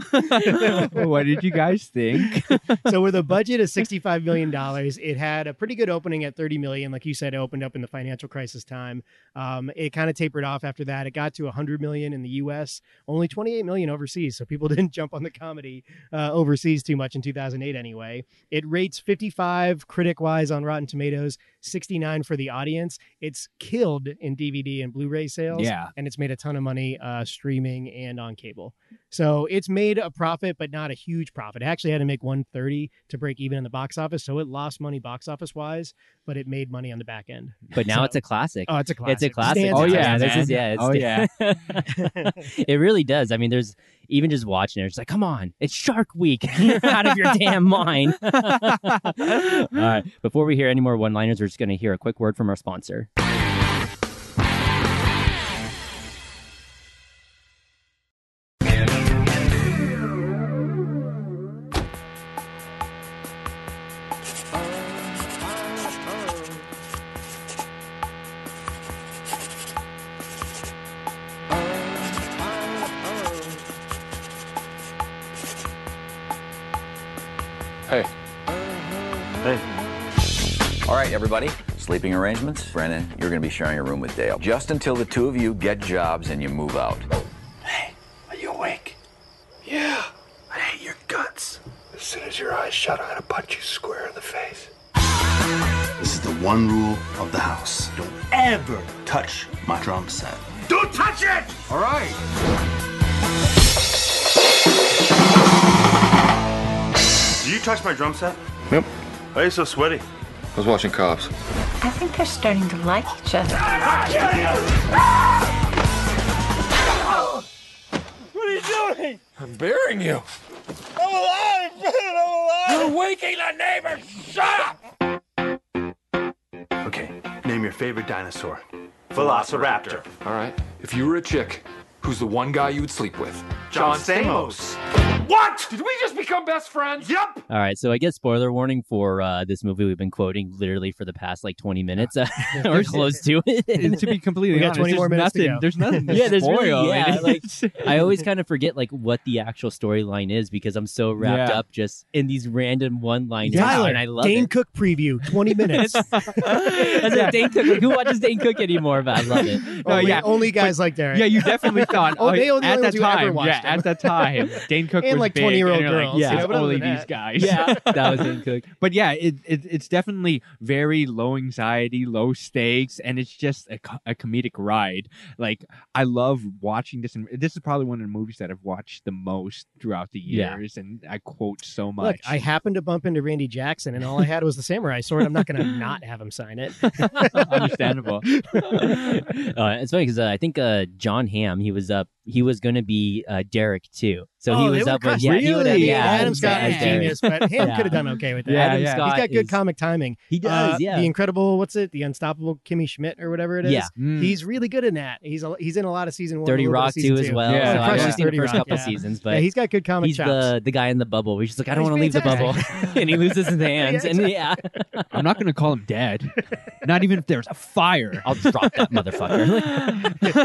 Speaker 2: what did you guys think?
Speaker 3: so with a budget of $65 million it had a pretty good opening at 30 million like you said it opened up in the financial crisis time um, it kind of tapered off after that it got to 100 million in the us only 28 million overseas so people didn't jump on the comedy uh, overseas too much in 2008 anyway it rates 55 critic wise on rotten tomatoes 69 for the audience it's killed in dvd and blu-ray sales
Speaker 2: Yeah,
Speaker 3: and it's made a ton of money uh, streaming and on cable. So it's made a profit, but not a huge profit. It actually had to make 130 to break even in the box office, so it lost money box office wise, but it made money on the back end.
Speaker 1: but now
Speaker 3: So-
Speaker 1: it's a classic.
Speaker 3: Oh, it's a classic.
Speaker 1: It's a classic.
Speaker 3: Stands Oh,
Speaker 2: Oh,
Speaker 3: out.
Speaker 2: yeah,
Speaker 1: this
Speaker 2: man.
Speaker 1: is yeah. It's,
Speaker 2: Oh, yeah.
Speaker 1: it really does. I mean, there's even just watching it. It's like, come on, it's Shark Week. You're out of your damn mind. All right. Before we hear any more one-liners, we're just going to hear a quick word from our sponsor.
Speaker 4: All right, everybody. Sleeping arrangements. Brennan, you're going to be sharing a room with Dale. Just until the two of you get jobs and you move out.
Speaker 5: Are you awake? Yeah. I hate your guts. As soon as your eyes shut, I'm gonna punch you square in the face. This is the one rule of the house. Don't ever touch my drum set. Don't touch it! Alright.
Speaker 6: Did you touch my drum set?
Speaker 7: Yep.
Speaker 6: Why are you so sweaty?
Speaker 7: I was watching cops.
Speaker 8: I think they're starting to like each other.
Speaker 5: I'm burying you. I'm alive, man, I'm alive! You're waking the neighbors! Shut up!
Speaker 6: Okay, name your favorite dinosaur. Velociraptor.
Speaker 7: Alright. If you were a chick, who's the one guy you would sleep with?
Speaker 6: John Samos. What?
Speaker 7: Did we just become best friends?
Speaker 6: Yep.
Speaker 1: All right, so I guess spoiler warning for uh, this movie we've been quoting literally for the past like 20 minutes. Uh, we're close to
Speaker 2: And
Speaker 1: it.
Speaker 2: to be completely
Speaker 3: We
Speaker 2: honest,
Speaker 3: got 20
Speaker 2: there's
Speaker 3: more minutes to
Speaker 2: nothing.
Speaker 3: go.
Speaker 2: There's nothing. To
Speaker 1: Yeah, there's really-
Speaker 2: spoil.
Speaker 1: yeah,
Speaker 2: It
Speaker 1: like-
Speaker 2: is-
Speaker 1: I always kind of forget like what the actual storyline is because I'm so wrapped
Speaker 2: Yeah.
Speaker 1: up just in these random one-liners,
Speaker 3: Tyler,
Speaker 1: and I love it.
Speaker 3: Dane
Speaker 1: Oh,
Speaker 3: Cook preview, 20 minutes.
Speaker 1: As a Dane Cook, like, who watches Dane Cook anymore? But I love it.
Speaker 2: No,
Speaker 3: only,
Speaker 2: yeah.
Speaker 3: only guys like Derek.
Speaker 2: Yeah, you definitely thought.
Speaker 3: Oh, they
Speaker 2: oh,
Speaker 3: only
Speaker 2: at
Speaker 3: ones
Speaker 2: that
Speaker 3: who ever
Speaker 2: time,
Speaker 3: watched
Speaker 2: yeah,
Speaker 3: them.
Speaker 2: at that time, Dane Cook
Speaker 3: and
Speaker 2: was
Speaker 3: like
Speaker 2: big,
Speaker 3: 20-year-old
Speaker 2: and you're like,
Speaker 3: girls,
Speaker 2: Yeah,
Speaker 3: you know,
Speaker 2: it's
Speaker 3: but other
Speaker 2: only
Speaker 3: than
Speaker 2: these
Speaker 3: that-
Speaker 2: guys.
Speaker 1: yeah, that was in Cook.
Speaker 2: but yeah, it, it it's definitely very low anxiety, low stakes, and it's just a, co- a comedic ride. Like I love watching this, and this is probably one of the movies that I've watched the most throughout the
Speaker 1: Yeah.
Speaker 2: years, and I quote so much.
Speaker 3: Look, I happened to bump into Randy Jackson, and all I had was the samurai sword. I'm not going to not have him sign it.
Speaker 2: understandable.
Speaker 1: uh, it's funny because uh, I think uh, John Hamm he was up he was going to be uh, Derek too, so he
Speaker 3: Oh, they
Speaker 1: was
Speaker 3: would've
Speaker 1: up with
Speaker 3: crushed
Speaker 1: yeah,
Speaker 3: it.
Speaker 1: he would've-
Speaker 3: I mean,
Speaker 1: yeah,
Speaker 3: Adam Scott
Speaker 1: Scott
Speaker 3: is
Speaker 1: as Derek.
Speaker 3: genius, but Ham
Speaker 1: Yeah.
Speaker 3: could have done okay with that.
Speaker 2: Yeah,
Speaker 1: Adam
Speaker 2: yeah.
Speaker 1: Scott
Speaker 3: He's got good
Speaker 1: is-
Speaker 3: comic timing.
Speaker 1: He does,
Speaker 3: Uh,
Speaker 1: yeah.
Speaker 3: The incredible, what's it? The unstoppable Kimmy Schmidt or whatever it is.
Speaker 1: Yeah. Hmm.
Speaker 2: Mm.
Speaker 3: He's really good in that. He's a, he's in a lot of season one. a
Speaker 1: Dirty
Speaker 3: little bit of
Speaker 1: Rock
Speaker 3: season
Speaker 1: too as
Speaker 3: two.
Speaker 1: well.
Speaker 2: Yeah,
Speaker 1: so I've
Speaker 2: crushes
Speaker 1: only seen the
Speaker 3: Dirty
Speaker 1: first
Speaker 3: Rock,
Speaker 1: couple
Speaker 3: yeah.
Speaker 1: seasons,
Speaker 3: yeah,
Speaker 1: but
Speaker 3: he's got good comic
Speaker 1: he's
Speaker 3: chops.
Speaker 1: the the guy in the bubble. Where he's just like, I don't
Speaker 3: He's
Speaker 1: want to leave the bubble,
Speaker 3: fantastic.
Speaker 1: and he loses his hands, and yeah,
Speaker 2: I'm not gonna call him dad, not even if there's a fire.
Speaker 1: I'll drop that motherfucker.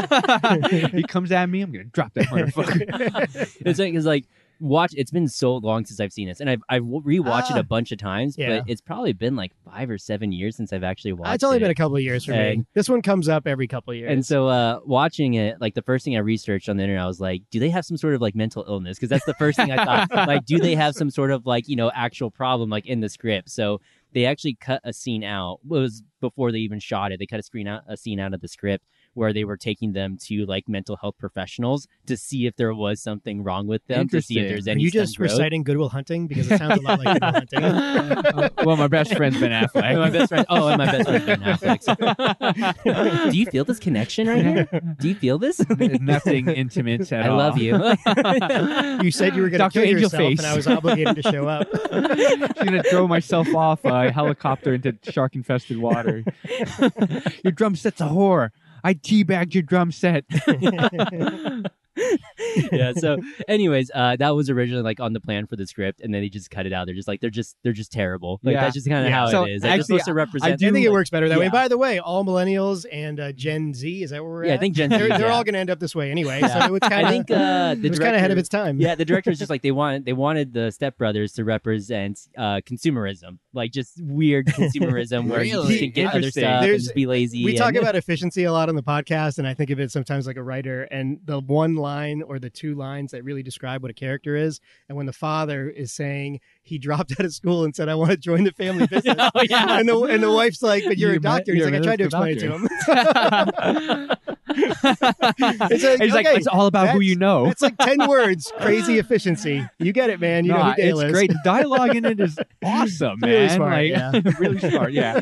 Speaker 2: he comes at me, I'm gonna drop that motherfucker.
Speaker 1: it's like, it's like watch. It's been so long since I've seen this, and I've I've rewatched it
Speaker 3: Ah.
Speaker 1: a bunch of times,
Speaker 3: Yeah.
Speaker 1: but it's probably been like five or seven years since I've actually watched.
Speaker 3: It's only
Speaker 1: it.
Speaker 3: been a couple of years for me.
Speaker 1: And-
Speaker 3: This one comes up every couple of years.
Speaker 1: And so, uh, watching it, like the first thing I researched on the internet, I was like, do they have some sort of like mental illness? Because that's the first thing I thought. like, do they have some sort of like, you know, actual problem like in the script? So they actually cut a scene out. It was before they even shot it. They cut a screen out, a scene out of the script where they were taking them to like mental health professionals to see if there was something wrong with them, to see if
Speaker 2: Interesting.
Speaker 1: there's
Speaker 3: Are
Speaker 1: any.
Speaker 3: you
Speaker 1: stem
Speaker 3: just
Speaker 1: growth.
Speaker 3: reciting Goodwill Hunting because it sounds a lot like Goodwill Hunting?
Speaker 2: Uh, well, my best friend's Ben Affleck.
Speaker 1: my best friend. Oh, and my best friend Ben Affleck. So- Do you feel this connection right here? Do you feel this?
Speaker 2: Nothing intimate at
Speaker 1: I
Speaker 2: all.
Speaker 1: love you.
Speaker 3: You said you were going to
Speaker 2: Dr.
Speaker 3: kill
Speaker 2: Angel
Speaker 3: yourself,
Speaker 2: Face.
Speaker 3: and I was obligated to show up.
Speaker 2: I'm gonna throw myself off a helicopter into shark-infested water. your drum set's a whore. I teabagged your drum set.
Speaker 1: yeah. So, anyways, uh, that was originally like on the plan for the script, and then they just cut it out. They're just like they're just they're just terrible. Like
Speaker 2: Yeah.
Speaker 1: that's just kind of
Speaker 3: Yeah.
Speaker 1: how
Speaker 2: So,
Speaker 1: it is. Like, they're
Speaker 2: actually,
Speaker 1: supposed to
Speaker 3: I
Speaker 1: represent.
Speaker 3: do think it works better that way.
Speaker 1: Yeah.
Speaker 3: By the way, all millennials and uh, Gen Z is that where we're
Speaker 1: Yeah, I
Speaker 3: at?
Speaker 1: think Gen Z.
Speaker 3: they're, they're
Speaker 1: yeah.
Speaker 3: all going to end up this way anyway.
Speaker 1: Yeah.
Speaker 3: So it's kind
Speaker 1: I
Speaker 3: of
Speaker 1: think uh, the
Speaker 3: it was kind of ahead of
Speaker 1: director-
Speaker 3: its time.
Speaker 1: Yeah, the director is just like they wanted they wanted the Step Brothers to represent uh, consumerism, like just weird consumerism where you just
Speaker 2: Really?
Speaker 1: can get other
Speaker 2: Interesting.
Speaker 1: stuff and
Speaker 3: There's-
Speaker 1: just be lazy.
Speaker 3: We talk
Speaker 1: and-
Speaker 2: E
Speaker 3: about efficiency a lot on the podcast, and I think of it sometimes like a writer. And the one line or the two lines that really describe what a character is, and when the father is saying he dropped out of school and said, "I want to join the family business,"
Speaker 1: oh yeah.
Speaker 3: and the and the wife's like, "But you're
Speaker 2: You
Speaker 3: a
Speaker 2: might-
Speaker 3: doctor." And He's
Speaker 2: you're
Speaker 3: like, "I
Speaker 2: a
Speaker 3: tried to
Speaker 2: medical
Speaker 3: explain it to him."
Speaker 2: it's
Speaker 3: like,
Speaker 2: like
Speaker 3: okay,
Speaker 2: it's all about who
Speaker 3: that's-
Speaker 2: you know.
Speaker 3: That's like ten words. Crazy efficiency. You get it, man. You know
Speaker 2: Nah,
Speaker 3: who Dale
Speaker 2: it's
Speaker 3: is.
Speaker 2: great. The dialogue in it is awesome, man.
Speaker 3: Really smart,
Speaker 2: like,
Speaker 3: yeah.
Speaker 2: really smart. Yeah.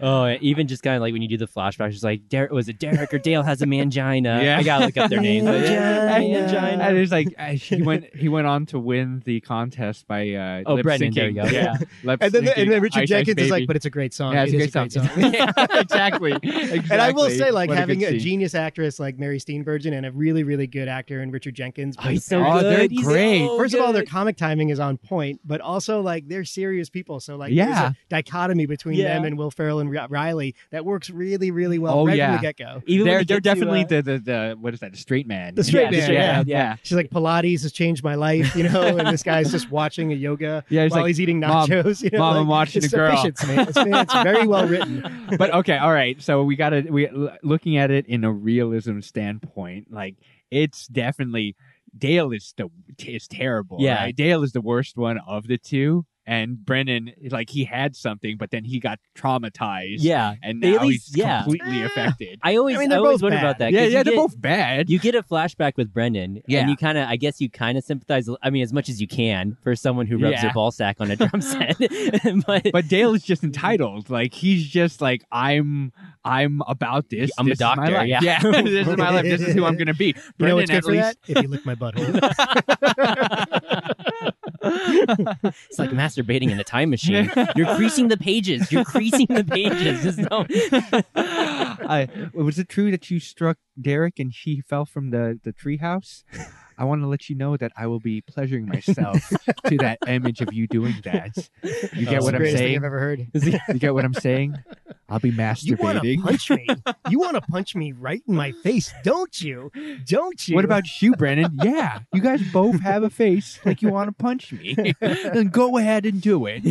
Speaker 1: Oh, even just kind of like when you do the flashbacks, it's like Derek was it Derek or Dale has a mangina.
Speaker 2: Yeah.
Speaker 1: I gotta look up their names. Like,
Speaker 3: Mangina.
Speaker 2: And- And it's like uh, he went he went on to win the contest by uh
Speaker 1: Oh,
Speaker 2: lip
Speaker 1: Brendan, there
Speaker 2: syncing.
Speaker 1: you go. Yeah.
Speaker 2: Lip
Speaker 3: And then,
Speaker 2: syncing
Speaker 3: and then Richard
Speaker 2: Ice Ice
Speaker 3: Jenkins is
Speaker 2: Baby.
Speaker 3: like, but it's a great song.
Speaker 2: yeah, it's
Speaker 3: It
Speaker 2: a
Speaker 3: is
Speaker 2: great, song. Yeah, exactly. exactly.
Speaker 3: And I will say, like,
Speaker 2: What
Speaker 3: having
Speaker 2: good
Speaker 3: a,
Speaker 2: scene.
Speaker 3: genius actress like Mary Steenburgen and a really, really good actor in Richard Jenkins.
Speaker 1: Oh, he's so
Speaker 2: Oh,
Speaker 1: good.
Speaker 2: they're
Speaker 1: He's
Speaker 2: great.
Speaker 1: so
Speaker 3: First of all, their
Speaker 1: good.
Speaker 3: comic timing is on point, but also, like, they're serious people. So, like,
Speaker 2: Yeah.
Speaker 3: there's a dichotomy between
Speaker 1: Yeah.
Speaker 3: them and Will Ferrell and Ri- Riley that works really, really well
Speaker 2: Oh,
Speaker 3: right
Speaker 2: yeah.
Speaker 3: from the get go.
Speaker 1: Even when
Speaker 2: they're
Speaker 1: we
Speaker 2: they're
Speaker 1: get to,
Speaker 2: definitely
Speaker 1: uh,
Speaker 2: the, the the what is that? The straight man.
Speaker 3: The straight
Speaker 2: yeah,
Speaker 3: man,
Speaker 2: Yeah.
Speaker 3: yeah.
Speaker 2: Yeah.
Speaker 3: She's like, Pilates has changed my life, you know, and this guy's just watching a yoga
Speaker 2: Yeah, he's
Speaker 3: while
Speaker 2: like,
Speaker 3: he's eating
Speaker 2: "Mom,
Speaker 3: nachos. you know,
Speaker 2: Mom,
Speaker 3: like,
Speaker 2: I'm watching
Speaker 3: it's
Speaker 2: a girl.
Speaker 3: efficiency, man. It's, it's very well written.
Speaker 2: but okay, all right. So we got to we l- looking at it in a realism standpoint. Like it's definitely Dale is the is terrible.
Speaker 1: Yeah.
Speaker 2: right? Dale is the worst one of the two, and Brennan like he had something, but then he got traumatized.
Speaker 1: yeah.
Speaker 2: and
Speaker 1: They at
Speaker 2: now
Speaker 1: least-
Speaker 2: he's
Speaker 1: yeah.
Speaker 2: completely affected.
Speaker 1: I always,
Speaker 3: I
Speaker 1: I,
Speaker 3: mean, they're
Speaker 1: always
Speaker 3: both
Speaker 1: wonder
Speaker 3: bad.
Speaker 1: about that.
Speaker 2: yeah,
Speaker 1: 'cause
Speaker 2: yeah,
Speaker 1: you
Speaker 2: they're
Speaker 1: get-
Speaker 2: both bad.
Speaker 1: You get a flashback with Brendan,
Speaker 2: Yeah.
Speaker 1: and you kind of, I guess, you kind of sympathize. I mean, as much as you can for someone who rubs
Speaker 2: Yeah.
Speaker 1: their ball sack on a drum set, but,
Speaker 2: but Dale is just entitled. Like he's just like I'm. I'm about this.
Speaker 1: I'm a
Speaker 2: This is my
Speaker 1: doctor,
Speaker 2: life.
Speaker 1: yeah.
Speaker 2: this is my life. This is who I'm gonna be.
Speaker 3: You
Speaker 2: Brennan,
Speaker 3: know what's good
Speaker 2: at
Speaker 3: for
Speaker 2: least,
Speaker 3: that? If you lick my butthole.
Speaker 1: it's like masturbating in a time machine. You're creasing the pages. You're creasing the pages. Just don't-
Speaker 2: I, was it true that you struck Derek and she fell from the the treehouse? I want to let you know that I will be pleasuring myself to that image of you doing that. You get
Speaker 3: It's
Speaker 2: what I'm
Speaker 3: the greatest
Speaker 2: saying?
Speaker 3: Thing I've ever heard.
Speaker 2: You get what I'm saying? I'll be
Speaker 3: You want to
Speaker 2: masturbating.
Speaker 3: punch me? You want to punch me right in my face, don't you? Don't you?
Speaker 2: What about you, Brennan? Yeah, you guys both have a face like you want to punch me. then go ahead and do it.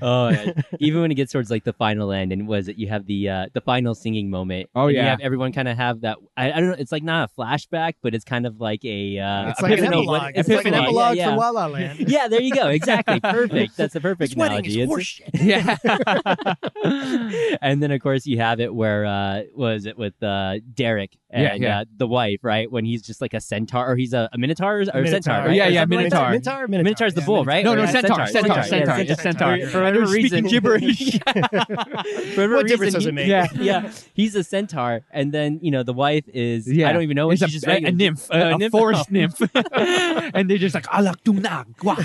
Speaker 1: oh, yeah. even when it gets towards like the final end, and was it you have the uh, the final singing moment?
Speaker 2: Oh,
Speaker 1: and you
Speaker 2: yeah.
Speaker 1: have everyone kind of have that. I, I don't know. It's like not a flashback, but it's kind of like a uh,
Speaker 3: It's like an
Speaker 1: epiphany.
Speaker 3: epilogue. It's like an
Speaker 1: Epiphany,
Speaker 3: epilogue
Speaker 1: yeah,
Speaker 3: for
Speaker 1: yeah.
Speaker 3: La La Land.
Speaker 1: Yeah, there you go. Exactly. Perfect. That's the perfect
Speaker 3: This wedding
Speaker 1: analogy.
Speaker 3: is
Speaker 1: It's-
Speaker 2: oh,
Speaker 3: horseshit.
Speaker 2: yeah.
Speaker 1: and then of course you have it where uh was it with uh Derek and
Speaker 2: Yeah, yeah.
Speaker 1: Uh, the wife, right? When he's just like a centaur or he's a, a minotaur or a centaur.
Speaker 2: Oh, yeah,
Speaker 1: right? Or
Speaker 2: yeah,
Speaker 1: something like that.
Speaker 2: Minotaur.
Speaker 3: Minotaur. Minotaur.
Speaker 1: Minotaur's the
Speaker 3: yeah,
Speaker 1: bull, right?
Speaker 2: No,
Speaker 1: Or
Speaker 2: no,
Speaker 1: yeah,
Speaker 2: centaur, centaur,
Speaker 1: yeah,
Speaker 2: centaur, it's centaur.
Speaker 1: For whatever reason,
Speaker 2: Speaking gibberish.
Speaker 1: for whatever
Speaker 3: What
Speaker 1: reason,
Speaker 3: difference does
Speaker 1: he-
Speaker 3: it make?
Speaker 2: yeah.
Speaker 1: yeah, he's a centaur, and then you know the wife is
Speaker 2: Yeah.
Speaker 1: I don't even know what
Speaker 2: It's
Speaker 1: she's just
Speaker 2: a, a- a
Speaker 1: regular.
Speaker 2: nymph, a,
Speaker 1: A
Speaker 2: a
Speaker 1: nymph?
Speaker 2: forest nymph, and they're just like "Alakduna, gwa."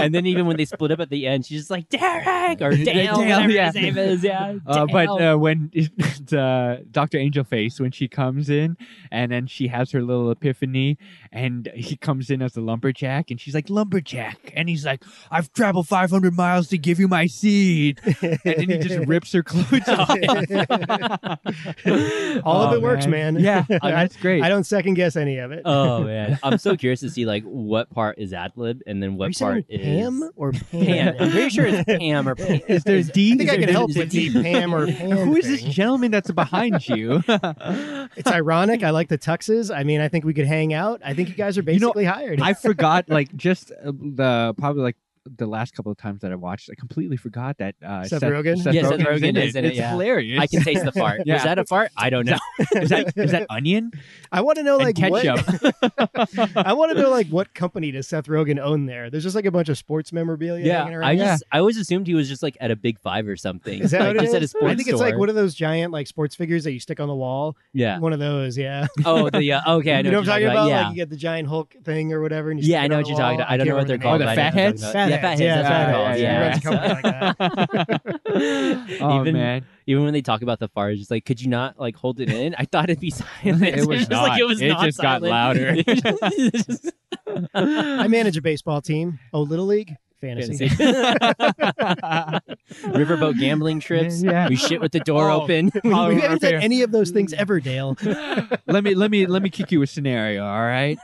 Speaker 1: and then even when they split up at the end, she's just like Derek or Dale,
Speaker 2: Dale,
Speaker 1: whatever
Speaker 2: yeah.
Speaker 1: his name is. Yeah,
Speaker 2: Uh, but
Speaker 1: Dale.
Speaker 2: uh, when uh, Doctor Angelface, when she comes in, and then she has her little epiphany, and he comes in as a lumberjack, and she's like lumberjack, and he's like, "I've traveled 500 miles to give you my seed," and then he just rips her clothes off.
Speaker 3: All of
Speaker 2: Oh,
Speaker 3: it works, man.
Speaker 2: Yeah,
Speaker 3: I-
Speaker 2: that's great.
Speaker 3: I don't second guess any of it.
Speaker 1: oh man, I'm so curious to see like what part is ad lib and then
Speaker 3: Are
Speaker 1: what
Speaker 3: you
Speaker 1: part is
Speaker 3: saying Pam or Pam?
Speaker 1: Pam. I'm pretty sure it's Pam or Pam.
Speaker 2: Is there D?
Speaker 3: I think I
Speaker 1: there-
Speaker 3: can help
Speaker 1: is it
Speaker 3: with the
Speaker 1: D?
Speaker 3: Pam or Pam.
Speaker 2: Who is this
Speaker 3: thing.
Speaker 2: gentleman that's behind you?
Speaker 3: It's ironic. I like the tuxes. I mean, I think we could hang out. I think you guys are
Speaker 2: You know,
Speaker 3: basically hired.
Speaker 2: I forgot, like, just uh, the probably like the last couple of times that I watched, I completely forgot that uh,
Speaker 3: Seth Rogen?
Speaker 1: Yeah, Seth
Speaker 2: Rogen's
Speaker 1: Rogen is in it,
Speaker 2: It's
Speaker 1: yeah.
Speaker 2: hilarious.
Speaker 1: I can taste the fart.
Speaker 2: Yeah.
Speaker 1: Was that a fart? I don't know.
Speaker 2: is that is that onion
Speaker 3: I want to know
Speaker 2: and
Speaker 3: like what
Speaker 2: ketchup?
Speaker 3: I want to know like what company does Seth Rogen own there? There's just like a bunch of sports memorabilia hanging around.
Speaker 1: I just I always assumed he was just like at a Big Five or something.
Speaker 3: Is that
Speaker 1: like
Speaker 3: what it
Speaker 1: just at a
Speaker 3: is?
Speaker 1: sports
Speaker 3: I think it's like
Speaker 1: store.
Speaker 3: one of those giant like sports figures that you stick on the wall.
Speaker 1: yeah.
Speaker 3: One of those, yeah.
Speaker 1: Oh, the uh, okay. I know
Speaker 3: you know
Speaker 1: what
Speaker 3: what I'm talking
Speaker 1: you're
Speaker 3: about?
Speaker 1: Yeah.
Speaker 3: Like you get the giant Hulk thing or whatever. And you
Speaker 1: yeah,
Speaker 3: stick
Speaker 1: I
Speaker 3: it
Speaker 1: know
Speaker 3: on
Speaker 1: what
Speaker 3: the
Speaker 1: you're talking
Speaker 3: wall.
Speaker 1: about. I don't know
Speaker 3: can't
Speaker 1: what they're
Speaker 3: remember
Speaker 1: called.
Speaker 2: the
Speaker 1: but I
Speaker 3: name.
Speaker 2: fat
Speaker 1: know what
Speaker 2: heads?
Speaker 1: you're
Speaker 3: Fat
Speaker 1: talking about. Yeah,
Speaker 3: heads, yeah,
Speaker 1: fat heads.
Speaker 3: fat
Speaker 1: that's what they're called,
Speaker 3: heads. He runs a company like that.
Speaker 1: Yeah.
Speaker 2: oh
Speaker 1: even
Speaker 2: man,
Speaker 1: even when they talk about the fart, it's just like, could you not like hold it in? I thought it'd be silent.
Speaker 2: It was
Speaker 1: just like,
Speaker 2: not.
Speaker 1: it was
Speaker 2: It
Speaker 1: not
Speaker 2: just got
Speaker 1: silent.
Speaker 2: louder.
Speaker 1: It's just-
Speaker 3: I manage a baseball team. Oh, little league fantasy.
Speaker 1: Riverboat gambling trips.
Speaker 2: Yeah.
Speaker 1: We shit with the door
Speaker 2: Oh.
Speaker 1: open.
Speaker 3: We,
Speaker 2: Oh,
Speaker 3: we haven't
Speaker 2: fair.
Speaker 3: done any of those things ever, Dale.
Speaker 2: let me let me let me kick you a scenario. All right.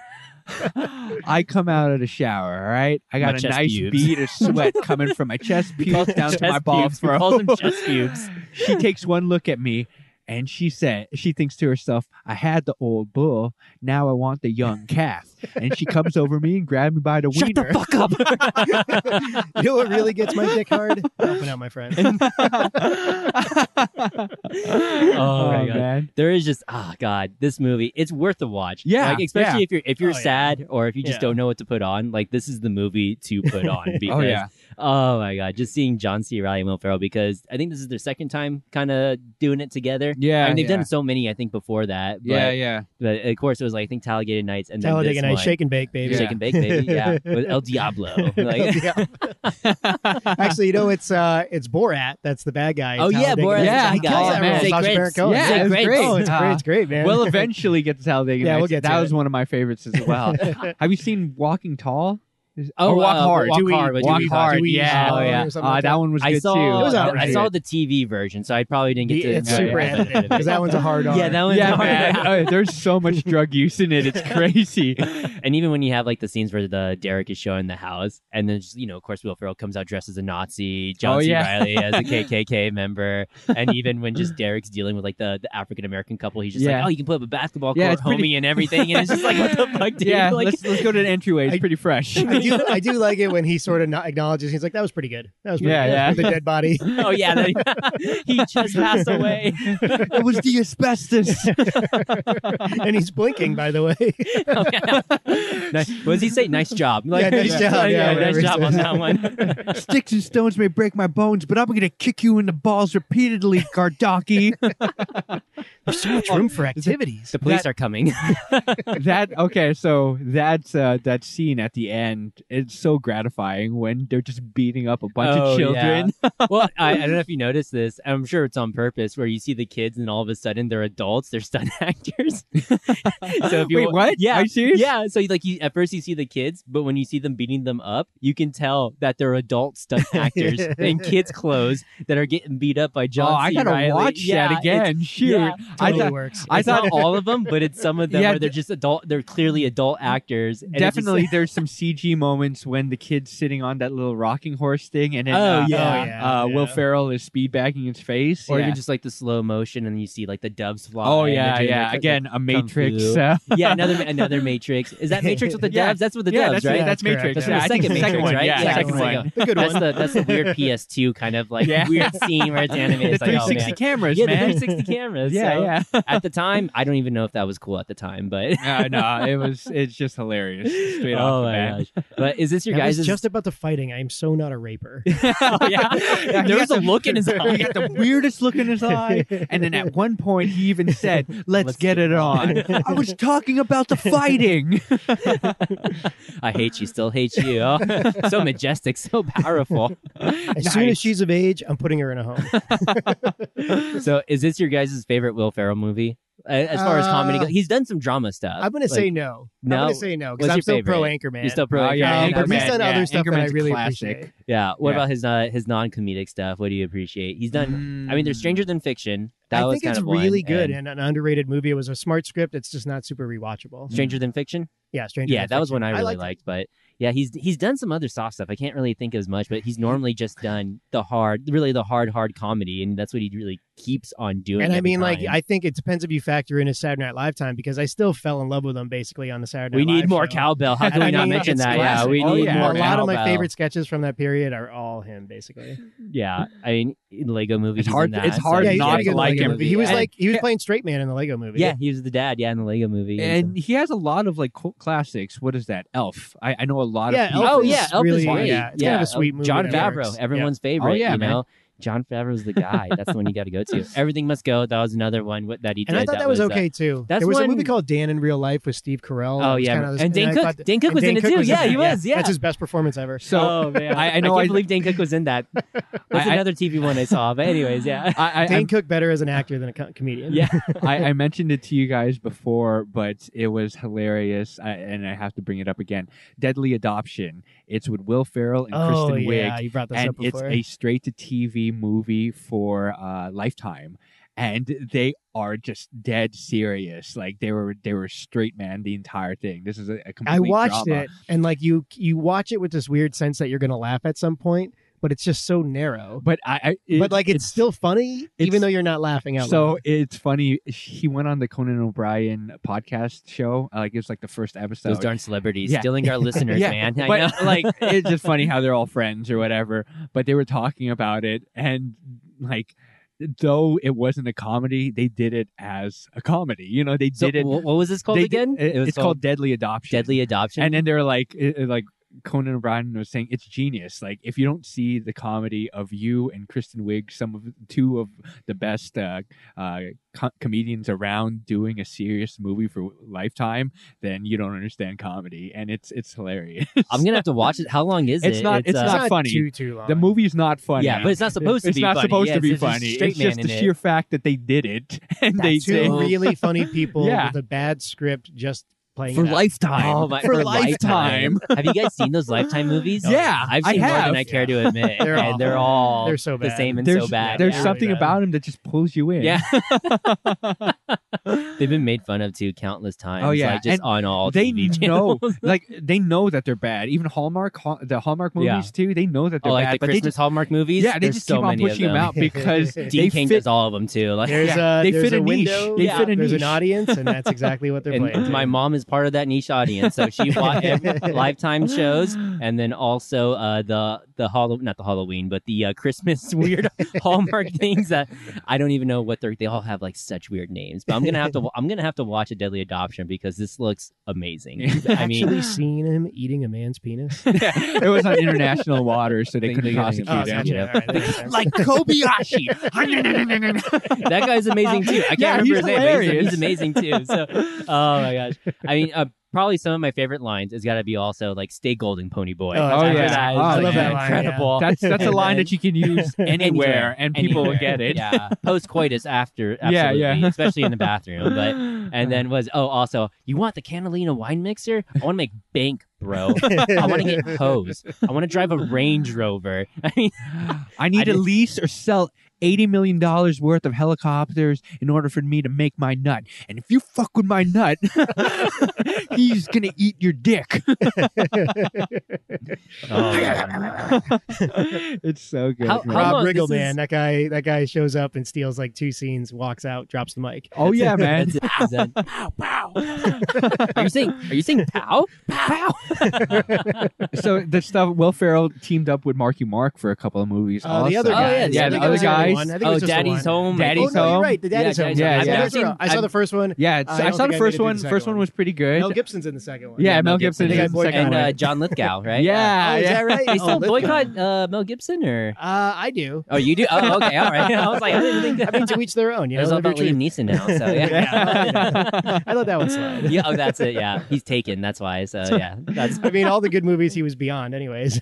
Speaker 2: I come out of the shower, all right? I
Speaker 1: My
Speaker 2: got a
Speaker 1: chest
Speaker 2: nice
Speaker 1: pubes.
Speaker 2: bead of sweat coming from my chest pubes down to my
Speaker 1: Chest
Speaker 2: ball
Speaker 1: pubes. We call them
Speaker 2: throat.
Speaker 1: chest pubes.
Speaker 2: she takes one look at me and she said she thinks to herself i had the old bull now i want the young calf and she comes over me and grabs me by the
Speaker 1: Shut the
Speaker 2: wiener
Speaker 1: fuck up.
Speaker 3: You know what really gets my dick hard? Helping out my friend.
Speaker 1: Oh, my God.
Speaker 2: man
Speaker 1: There is just ah god, this movie. It's worth the watch.
Speaker 2: Yeah,
Speaker 1: like, especially
Speaker 2: yeah.
Speaker 1: if you're if you're
Speaker 3: Oh, yeah.
Speaker 1: sad or if you just
Speaker 3: Yeah.
Speaker 1: don't know what to put on. Like this is the movie to put on because
Speaker 2: oh yeah
Speaker 1: oh my god, just seeing John C. Riley and Will Ferrell because I think this is their second time kind of doing it together.
Speaker 2: yeah
Speaker 1: I mean, they've
Speaker 2: yeah.
Speaker 1: done so many, I think, before that. But,
Speaker 2: yeah yeah
Speaker 1: but of course, it was like I think Talladega Nights and then
Speaker 3: Talladega
Speaker 1: this
Speaker 3: Nights,
Speaker 1: one.
Speaker 3: shake and bake, baby.
Speaker 2: Yeah.
Speaker 1: Shake and bake, baby. Yeah, with El Diablo. Like,
Speaker 3: Yeah. Actually, you know it's uh it's Borat that's the bad guy. in
Speaker 1: Oh, yeah,
Speaker 3: Talladega
Speaker 1: Borat
Speaker 3: Nights.
Speaker 2: is the
Speaker 3: he
Speaker 2: bad
Speaker 3: kills
Speaker 2: guy.
Speaker 3: everyone.
Speaker 2: Oh, man.
Speaker 3: Sacha
Speaker 1: Zach
Speaker 3: Baron
Speaker 1: Grace.
Speaker 3: Cohen.
Speaker 2: Yeah, it was
Speaker 1: Zach
Speaker 2: great.
Speaker 3: Oh, it's
Speaker 2: Uh,
Speaker 3: great. It's great, man.
Speaker 2: we'll eventually get to Talladega
Speaker 3: Yeah, we'll
Speaker 2: Nights.
Speaker 3: get
Speaker 2: that
Speaker 3: to
Speaker 2: was
Speaker 3: it.
Speaker 2: one of my favorites as well. Have you seen Walking Tall?
Speaker 1: Oh,
Speaker 2: or Walk
Speaker 1: uh,
Speaker 2: Hard.
Speaker 1: Walk
Speaker 3: Do we-
Speaker 1: Hard. with
Speaker 2: Walk
Speaker 1: Dewey Cox.
Speaker 2: Hard.
Speaker 3: Dewey
Speaker 2: yeah,
Speaker 3: Cox
Speaker 2: oh,
Speaker 3: or
Speaker 2: yeah.
Speaker 3: something
Speaker 2: Uh,
Speaker 3: like
Speaker 2: that
Speaker 3: that?
Speaker 2: one was
Speaker 1: I
Speaker 2: good
Speaker 1: saw
Speaker 2: too.
Speaker 3: It was
Speaker 1: I
Speaker 3: alright.
Speaker 1: saw the TV version, so I probably didn't get
Speaker 3: The-
Speaker 1: to.
Speaker 3: it's
Speaker 1: enjoy
Speaker 3: super
Speaker 1: it.
Speaker 3: edited because that one's a hard R.
Speaker 1: Yeah, that one.
Speaker 2: yeah, man. Oh, there's so much drug use in it. It's crazy.
Speaker 1: And even when you have like the scenes where the Derek is showing the house, and then just, you know, of course, Will Ferrell comes out dressed as a Nazi, John
Speaker 2: Oh,
Speaker 1: C.
Speaker 2: yeah.
Speaker 1: Riley as a KKK member, and even when just Derek's dealing with like the, the African American couple, he's just
Speaker 2: Yeah.
Speaker 1: like, "Oh, you can put up a basketball
Speaker 2: Yeah,
Speaker 1: court,
Speaker 2: it's pretty-
Speaker 1: homie, and everything," and it's just like, "What the fuck, dude?"
Speaker 2: yeah,
Speaker 1: like,
Speaker 2: let's let's go to an entryway. It's
Speaker 3: I-
Speaker 2: pretty fresh.
Speaker 3: I do, I do like it when he sort of not acknowledges. He's like, "That was pretty good. That was pretty
Speaker 2: Yeah,
Speaker 3: good.
Speaker 2: yeah.
Speaker 3: With the dead body.
Speaker 1: oh yeah, they- he just passed away.
Speaker 2: it was the asbestos.
Speaker 3: and he's blinking, by the way.
Speaker 1: Oh, yeah. nice. What does he say? Nice job.
Speaker 3: Yeah, nice job. Yeah, whatever
Speaker 1: nice
Speaker 3: he
Speaker 1: job on
Speaker 3: says.
Speaker 1: that one.
Speaker 2: Sticks and stones may break my bones, but I'm gonna kick you in the balls repeatedly, Gardaki.
Speaker 3: There's so much room for activities.
Speaker 1: the police
Speaker 2: That-
Speaker 1: are coming.
Speaker 2: that okay, so that uh, that scene at the end, it's so gratifying when they're just beating up a bunch
Speaker 1: Oh,
Speaker 2: of children.
Speaker 1: well, I, I don't know if you noticed this. and I'm sure it's on purpose, where you see the kids and all of a sudden they're adults, they're stunt actors. so if you
Speaker 2: Wait, what?
Speaker 1: Yeah,
Speaker 2: Are you serious?
Speaker 1: yeah. So you, like, you, at first you see the kids, but when you see them beating them up, you can tell that they're adult stunt actors in kids' clothes that are getting beat up by John.
Speaker 2: oh, I
Speaker 1: C.
Speaker 2: gotta
Speaker 1: Reilly.
Speaker 2: watch
Speaker 1: Yeah,
Speaker 2: that
Speaker 1: it's-
Speaker 2: again. Shoot,
Speaker 1: yeah.
Speaker 2: I
Speaker 3: totally
Speaker 2: thought,
Speaker 3: works.
Speaker 2: I
Speaker 1: It's
Speaker 2: thought
Speaker 1: not all of them, but it's some of them
Speaker 2: Yeah,
Speaker 1: where they're just adult. They're clearly adult actors. and it just-
Speaker 2: definitely there's some CG moments when the kid's sitting on that little rocking horse thing, and then,
Speaker 1: Oh,
Speaker 2: uh,
Speaker 3: yeah.
Speaker 2: uh,
Speaker 3: Oh, yeah,
Speaker 2: uh, Will
Speaker 3: yeah.
Speaker 2: Ferrell is speed bagging his face,
Speaker 1: or
Speaker 2: yeah.
Speaker 1: even just like the slow motion, and you see like the doves fly.
Speaker 2: oh
Speaker 1: and
Speaker 2: yeah,
Speaker 1: they're doing
Speaker 2: yeah,
Speaker 1: their-
Speaker 2: again a Matrix.
Speaker 1: Fu.
Speaker 2: Uh,
Speaker 1: yeah, another another Matrix. Is that Matrix with the
Speaker 2: Yeah.
Speaker 1: doves? That's with the
Speaker 2: yeah,
Speaker 1: doves,
Speaker 2: that's,
Speaker 1: right?
Speaker 2: that's
Speaker 3: That's correct.
Speaker 2: Matrix.
Speaker 1: That's
Speaker 2: yeah,
Speaker 1: the
Speaker 2: I think
Speaker 1: second
Speaker 2: the
Speaker 1: Matrix,
Speaker 2: second one,
Speaker 1: right?
Speaker 2: Yeah,
Speaker 1: Yeah,
Speaker 2: second
Speaker 1: that's
Speaker 2: one.
Speaker 1: like
Speaker 3: The good
Speaker 1: That's
Speaker 3: one.
Speaker 1: the that's the weird PS2 kind of like
Speaker 2: Yeah.
Speaker 1: weird scene where it's animated.
Speaker 2: The
Speaker 1: It's like, oh,
Speaker 2: 360
Speaker 1: man.
Speaker 2: cameras,
Speaker 1: yeah,
Speaker 2: man.
Speaker 1: the 360 cameras.
Speaker 2: yeah,
Speaker 1: so-
Speaker 2: yeah.
Speaker 1: At the time, I don't even know if that was cool at the time, but
Speaker 2: Uh, no, it was it's just hilarious. Straight
Speaker 1: oh
Speaker 2: off the
Speaker 1: my
Speaker 2: bat.
Speaker 1: gosh! But is this your
Speaker 3: That was
Speaker 1: guys'
Speaker 3: just about the fighting. I am so not a raper.
Speaker 2: Oh, yeah.
Speaker 1: Yeah, there was a look in his
Speaker 2: He
Speaker 1: eye.
Speaker 2: got the weirdest look in his eye. And then at one point, he even said, Let's,
Speaker 1: Let's
Speaker 2: get
Speaker 1: get
Speaker 2: it on. I was talking about the fighting.
Speaker 1: I hate you, still hate you. Oh, so majestic, so powerful.
Speaker 3: As soon as she's of age, I'm putting her in a home.
Speaker 1: So, is this your guys' favorite Will Ferrell movie? Uh, As far as comedy
Speaker 3: Uh,
Speaker 1: goes, he's done some drama stuff.
Speaker 3: I'm gonna
Speaker 1: Like,
Speaker 3: say no. I'm
Speaker 1: no?
Speaker 3: gonna say no because
Speaker 1: What's
Speaker 3: I'm
Speaker 1: your
Speaker 3: still pro
Speaker 1: favorite?
Speaker 3: Anchorman. Um,
Speaker 1: you're still pro.
Speaker 2: Oh, yeah,
Speaker 1: Anchorman?
Speaker 3: but he's
Speaker 2: Anchorman,
Speaker 3: done
Speaker 2: yeah,
Speaker 3: other stuff that I
Speaker 2: Anchorman's
Speaker 3: really
Speaker 2: classic.
Speaker 3: appreciate.
Speaker 1: Yeah. What
Speaker 2: Yeah.
Speaker 1: about his uh, his non comedic stuff? What do you appreciate? He's done. I
Speaker 2: Mm.
Speaker 1: mean, they're Stranger Than Fiction. That
Speaker 3: Mm. I
Speaker 1: was
Speaker 3: think
Speaker 1: kind
Speaker 3: it's
Speaker 1: of one,
Speaker 3: really good
Speaker 1: and
Speaker 3: and, an underrated movie. It was a smart script. It's just not super rewatchable.
Speaker 1: Stranger Than Fiction.
Speaker 3: Yeah, Stranger.
Speaker 1: Yeah,
Speaker 3: Things
Speaker 1: that was one
Speaker 3: Fiction.
Speaker 1: I really
Speaker 3: liked it.
Speaker 1: liked. But yeah, he's he's done some other soft stuff. I can't really think of as much, but he's normally just done the hard, really the hard, hard comedy, and that's what he really keeps on doing.
Speaker 3: And I
Speaker 1: every
Speaker 3: mean, like,
Speaker 1: time.
Speaker 3: I think it depends if you factor in his Saturday Night Live time because I still fell in love with him basically on the Saturday
Speaker 1: we
Speaker 3: Night
Speaker 1: need
Speaker 3: Live
Speaker 1: more
Speaker 3: show.
Speaker 1: cowbell. How can
Speaker 3: I
Speaker 1: we not
Speaker 3: mean,
Speaker 1: mention
Speaker 3: it's
Speaker 1: that? Yeah,
Speaker 3: classic.
Speaker 1: we
Speaker 2: Oh,
Speaker 1: need
Speaker 2: yeah.
Speaker 1: more.
Speaker 3: a lot of my
Speaker 1: cowbell.
Speaker 3: favorite sketches from that period are all him, basically.
Speaker 1: Yeah, I mean, Lego movie.
Speaker 2: It's hard-
Speaker 1: In that,
Speaker 2: it's hard
Speaker 1: so
Speaker 3: he's
Speaker 2: not to
Speaker 3: pretty good in the
Speaker 2: like
Speaker 3: Lego
Speaker 2: him.
Speaker 3: movie. He was
Speaker 1: And-
Speaker 3: like he was playing straight man in the Lego movie.
Speaker 1: Yeah, he was the dad. Yeah, in the Lego movie.
Speaker 2: And he has a lot of like cult classics. What is that? Elf. I, I know a lot
Speaker 3: yeah.
Speaker 2: of people.
Speaker 3: Elf
Speaker 1: oh
Speaker 3: is
Speaker 1: yeah, Elf
Speaker 3: really,
Speaker 1: is great.
Speaker 3: Yeah, it's kind of a sweet movie.
Speaker 1: John
Speaker 3: that
Speaker 1: Favreau,
Speaker 3: works.
Speaker 1: everyone's favorite.
Speaker 2: Oh, yeah,
Speaker 1: you
Speaker 2: man.
Speaker 1: know, John Favreau's the guy. That's the one you got to go to. Everything Must Go. That was another one wh- that he
Speaker 3: Yeah.
Speaker 1: did.
Speaker 3: And I thought that, was
Speaker 1: uh,
Speaker 3: okay too.
Speaker 1: that's
Speaker 3: there was a
Speaker 1: one-
Speaker 3: movie called Dan in Real Life with Steve Carell.
Speaker 1: Oh
Speaker 3: It was
Speaker 1: yeah,
Speaker 3: kinda this-
Speaker 1: and Dan
Speaker 3: I
Speaker 1: Cook.
Speaker 3: thought that-
Speaker 1: Dan Cook
Speaker 3: and
Speaker 1: was in it
Speaker 3: Cook
Speaker 1: too. Yeah,
Speaker 3: in
Speaker 1: he
Speaker 3: it.
Speaker 1: was. Yeah,
Speaker 3: that's his best performance ever.
Speaker 2: So I, I know
Speaker 1: I
Speaker 2: I,
Speaker 1: can't believe Dan Cook was in that. That's
Speaker 2: I- I-
Speaker 1: another TV one I saw. But anyways, yeah.
Speaker 2: I, I,
Speaker 3: Dan
Speaker 2: I'm-
Speaker 3: Cook better as an actor than a co- comedian.
Speaker 1: Yeah.
Speaker 2: I, I mentioned it to you guys before, but it was hilarious, I, and I have to bring it up again. Deadly Adoption. It's with Will Ferrell and
Speaker 3: Oh
Speaker 2: Kristen Wiig,
Speaker 3: yeah, you brought this
Speaker 2: and
Speaker 3: up
Speaker 2: it's
Speaker 3: before.
Speaker 2: a straight to TV movie for uh, Lifetime, and they are just dead serious. Like they were they were straight man the entire thing. This is a, a complete
Speaker 3: I watched
Speaker 2: drama.
Speaker 3: it, and like you, you watch it with this weird sense that you're gonna laugh at some point, but it's just so narrow.
Speaker 2: but I, I it-
Speaker 3: but like it's, still funny,
Speaker 2: it's-
Speaker 3: even though you're not laughing out
Speaker 2: so
Speaker 3: loud.
Speaker 2: it's funny. He went on the Conan O'Brien podcast show. uh, Like it was like the first episode.
Speaker 1: Those darn celebrities
Speaker 2: Yeah.
Speaker 1: stealing our listeners, man. I
Speaker 2: but
Speaker 1: know.
Speaker 2: like it's just funny how they're all friends or whatever. But they were talking about it, and like though it wasn't a comedy, they did it as a comedy. You know, they
Speaker 1: So,
Speaker 2: did it.
Speaker 1: wh- what was this called
Speaker 2: they did-
Speaker 1: again?
Speaker 2: it- it's called Deadly Adoption.
Speaker 1: Deadly Adoption.
Speaker 2: And then they're like, it- it- like Conan O'Brien was saying, it's genius. Like if you don't see the comedy of you and Kristen Wiig, some of two of the best uh, uh, co- comedians around doing a serious movie for Lifetime, then you don't understand comedy, and it's it's hilarious.
Speaker 1: I'm gonna have to watch it. How long is
Speaker 2: It's
Speaker 1: it?
Speaker 2: not- it's
Speaker 1: uh,
Speaker 2: not funny.
Speaker 3: too too long.
Speaker 2: the movie's not funny.
Speaker 1: Yeah, but it's not supposed to
Speaker 2: It's
Speaker 1: be.
Speaker 2: not
Speaker 1: funny.
Speaker 2: supposed
Speaker 1: Yeah,
Speaker 2: to
Speaker 1: it's
Speaker 2: be
Speaker 1: just a
Speaker 2: funny.
Speaker 1: straight
Speaker 2: It's
Speaker 1: man
Speaker 2: just
Speaker 1: in
Speaker 2: the
Speaker 1: it.
Speaker 2: sheer fact that they did it and they
Speaker 1: That's
Speaker 2: did
Speaker 3: two really funny people
Speaker 2: Yeah.
Speaker 3: with a bad script just playing
Speaker 2: for
Speaker 3: it out.
Speaker 2: lifetime.
Speaker 1: Oh, my-
Speaker 2: for,
Speaker 1: for
Speaker 2: lifetime.
Speaker 1: Lifetime. have you guys seen those Lifetime movies?
Speaker 2: Yeah,
Speaker 1: I've
Speaker 2: I
Speaker 1: seen more
Speaker 2: have.
Speaker 1: than I care to admit,
Speaker 3: They're
Speaker 1: and
Speaker 3: awful.
Speaker 1: they're all
Speaker 3: They're so
Speaker 1: the
Speaker 3: bad.
Speaker 1: same and
Speaker 2: There's,
Speaker 1: so bad.
Speaker 2: there's
Speaker 1: yeah.
Speaker 3: really
Speaker 2: something
Speaker 3: bad.
Speaker 2: about him that just pulls you in.
Speaker 1: Yeah. They've been made fun of too countless times.
Speaker 2: Oh, yeah,
Speaker 1: like, just
Speaker 2: and
Speaker 1: on all
Speaker 2: they
Speaker 1: TV
Speaker 2: know
Speaker 1: channels.
Speaker 2: like they know that they're bad even hallmark ha- the hallmark movies
Speaker 1: Yeah.
Speaker 2: too they know that
Speaker 1: Oh,
Speaker 2: they're
Speaker 1: like
Speaker 2: bad
Speaker 1: the
Speaker 2: but they
Speaker 1: Christmas
Speaker 2: just
Speaker 1: Hallmark movies.
Speaker 2: yeah they
Speaker 1: there's
Speaker 2: just
Speaker 1: so
Speaker 2: keep on
Speaker 1: many of
Speaker 2: pushing them
Speaker 1: them.
Speaker 2: out because
Speaker 3: Dean
Speaker 2: they
Speaker 1: Dean King
Speaker 2: fit
Speaker 1: does all of them too. Like,
Speaker 3: There's
Speaker 2: Yeah,
Speaker 3: a
Speaker 2: they
Speaker 3: there's
Speaker 2: fit a niche.
Speaker 3: window,
Speaker 2: They
Speaker 1: Yeah.
Speaker 2: fit a
Speaker 3: there's
Speaker 2: niche.
Speaker 3: an audience, and that's exactly what they're
Speaker 1: and
Speaker 3: playing.
Speaker 1: my mom is part of that niche audience, so she watched Lifetime shows, and then also uh, the the Halloween, not the Halloween, but the uh, Christmas weird Hallmark things that I don't even know what they're. They all have like such weird names, but I'm gonna have to. I'm gonna have to watch a Deadly Adoption because this looks amazing. I mean,
Speaker 3: actually seen him eating a man's
Speaker 2: Oh,
Speaker 3: penis.
Speaker 2: it was on international waters so they
Speaker 1: They-
Speaker 2: couldn't
Speaker 1: they-
Speaker 2: prosecute
Speaker 1: Oh,
Speaker 2: him
Speaker 1: gotcha.
Speaker 2: Yeah.
Speaker 1: yeah.
Speaker 3: All right, that makes sense.
Speaker 2: like Kobayashi
Speaker 1: that guy's amazing too. I can't
Speaker 2: Yeah,
Speaker 1: remember
Speaker 2: he's
Speaker 1: his name. but
Speaker 2: hilarious.
Speaker 1: He's, he's amazing too. So, oh my gosh. I mean, uh, probably some of my favorite lines has got to be also like "Stay golden, pony boy."
Speaker 3: Oh,
Speaker 1: After
Speaker 2: yeah.
Speaker 1: that is, like,
Speaker 2: Oh, I love that
Speaker 3: line, yeah.
Speaker 1: Incredible.
Speaker 2: that's that's a
Speaker 1: And
Speaker 2: line
Speaker 1: then-
Speaker 2: that you can use anywhere and people will
Speaker 1: Anywhere.
Speaker 2: get it
Speaker 1: Yeah, post coitus after,
Speaker 2: Yeah,
Speaker 1: absolutely,
Speaker 2: yeah.
Speaker 1: especially in the bathroom. But and then was oh also you want the Catalina wine mixer? I want to make bank, bro. I want to get hosed. I want to drive a Range Rover. I mean,
Speaker 2: I need
Speaker 1: I
Speaker 2: to
Speaker 1: did-
Speaker 2: lease or sell eighty million dollars worth of helicopters in order for me to make my nut. And if you fuck with my nut, he's gonna eat your dick. Oh,
Speaker 1: Oh,
Speaker 2: it's so good.
Speaker 1: How-
Speaker 2: man.
Speaker 1: how-
Speaker 3: Rob
Speaker 1: long-
Speaker 3: Riggle,
Speaker 1: this
Speaker 3: man,
Speaker 1: is-
Speaker 3: that guy, that guy shows up and steals like two scenes, walks out, drops the mic.
Speaker 2: oh yeah, man.
Speaker 1: That's it. That's it. Are you saying? Are you saying pow? Pow.
Speaker 2: so the stuff Will Ferrell teamed up with Marky Mark for a couple of movies.
Speaker 3: Uh, the
Speaker 2: also.
Speaker 3: other
Speaker 1: Oh, yeah,
Speaker 3: guy,
Speaker 1: the other
Speaker 3: guy was
Speaker 1: guy.
Speaker 3: only
Speaker 2: Guys.
Speaker 3: one. I think it
Speaker 1: Oh,
Speaker 3: was just the
Speaker 1: Daddy's
Speaker 3: one.
Speaker 1: home.
Speaker 2: Daddy's
Speaker 3: oh, no, you're
Speaker 2: Home.
Speaker 3: right. The daddy's
Speaker 1: Yeah,
Speaker 3: home.
Speaker 1: Daddy's
Speaker 2: Home.
Speaker 3: I've
Speaker 2: Yeah,
Speaker 3: never
Speaker 2: yeah.
Speaker 3: seen- I
Speaker 1: I-
Speaker 3: saw the first one.
Speaker 2: Yeah, it's,
Speaker 3: Uh, I
Speaker 2: I,
Speaker 3: don't
Speaker 2: saw
Speaker 3: think
Speaker 2: the
Speaker 3: I
Speaker 2: first
Speaker 3: made it to
Speaker 2: one.
Speaker 3: the
Speaker 2: First
Speaker 3: second
Speaker 2: one
Speaker 3: one.
Speaker 2: was pretty good.
Speaker 3: Mel Gibson's in the second one.
Speaker 2: Yeah, Mel Gibson.
Speaker 3: They
Speaker 2: is
Speaker 3: got
Speaker 2: in the second
Speaker 1: and
Speaker 2: one.
Speaker 1: uh, John Lithgow, right?
Speaker 2: Yeah,
Speaker 3: Oh, is
Speaker 2: yeah.
Speaker 3: that right?
Speaker 1: They still
Speaker 3: Oh, Lithgow.
Speaker 1: boycott uh, Mel Gibson, or
Speaker 3: Uh, I do.
Speaker 1: oh, you do? Oh, okay, all right. I was like, I didn't think
Speaker 3: I
Speaker 1: that.
Speaker 3: mean, to each their own. You
Speaker 1: it was
Speaker 3: know,
Speaker 1: all
Speaker 3: live your
Speaker 1: about Liam
Speaker 3: truth.
Speaker 1: Neeson now, so yeah.
Speaker 3: Yeah. I let that one slide.
Speaker 1: yeah, oh, that's it. Yeah, he's taken. That's why. So yeah, that's
Speaker 3: I mean, all the good movies he was beyond, anyways.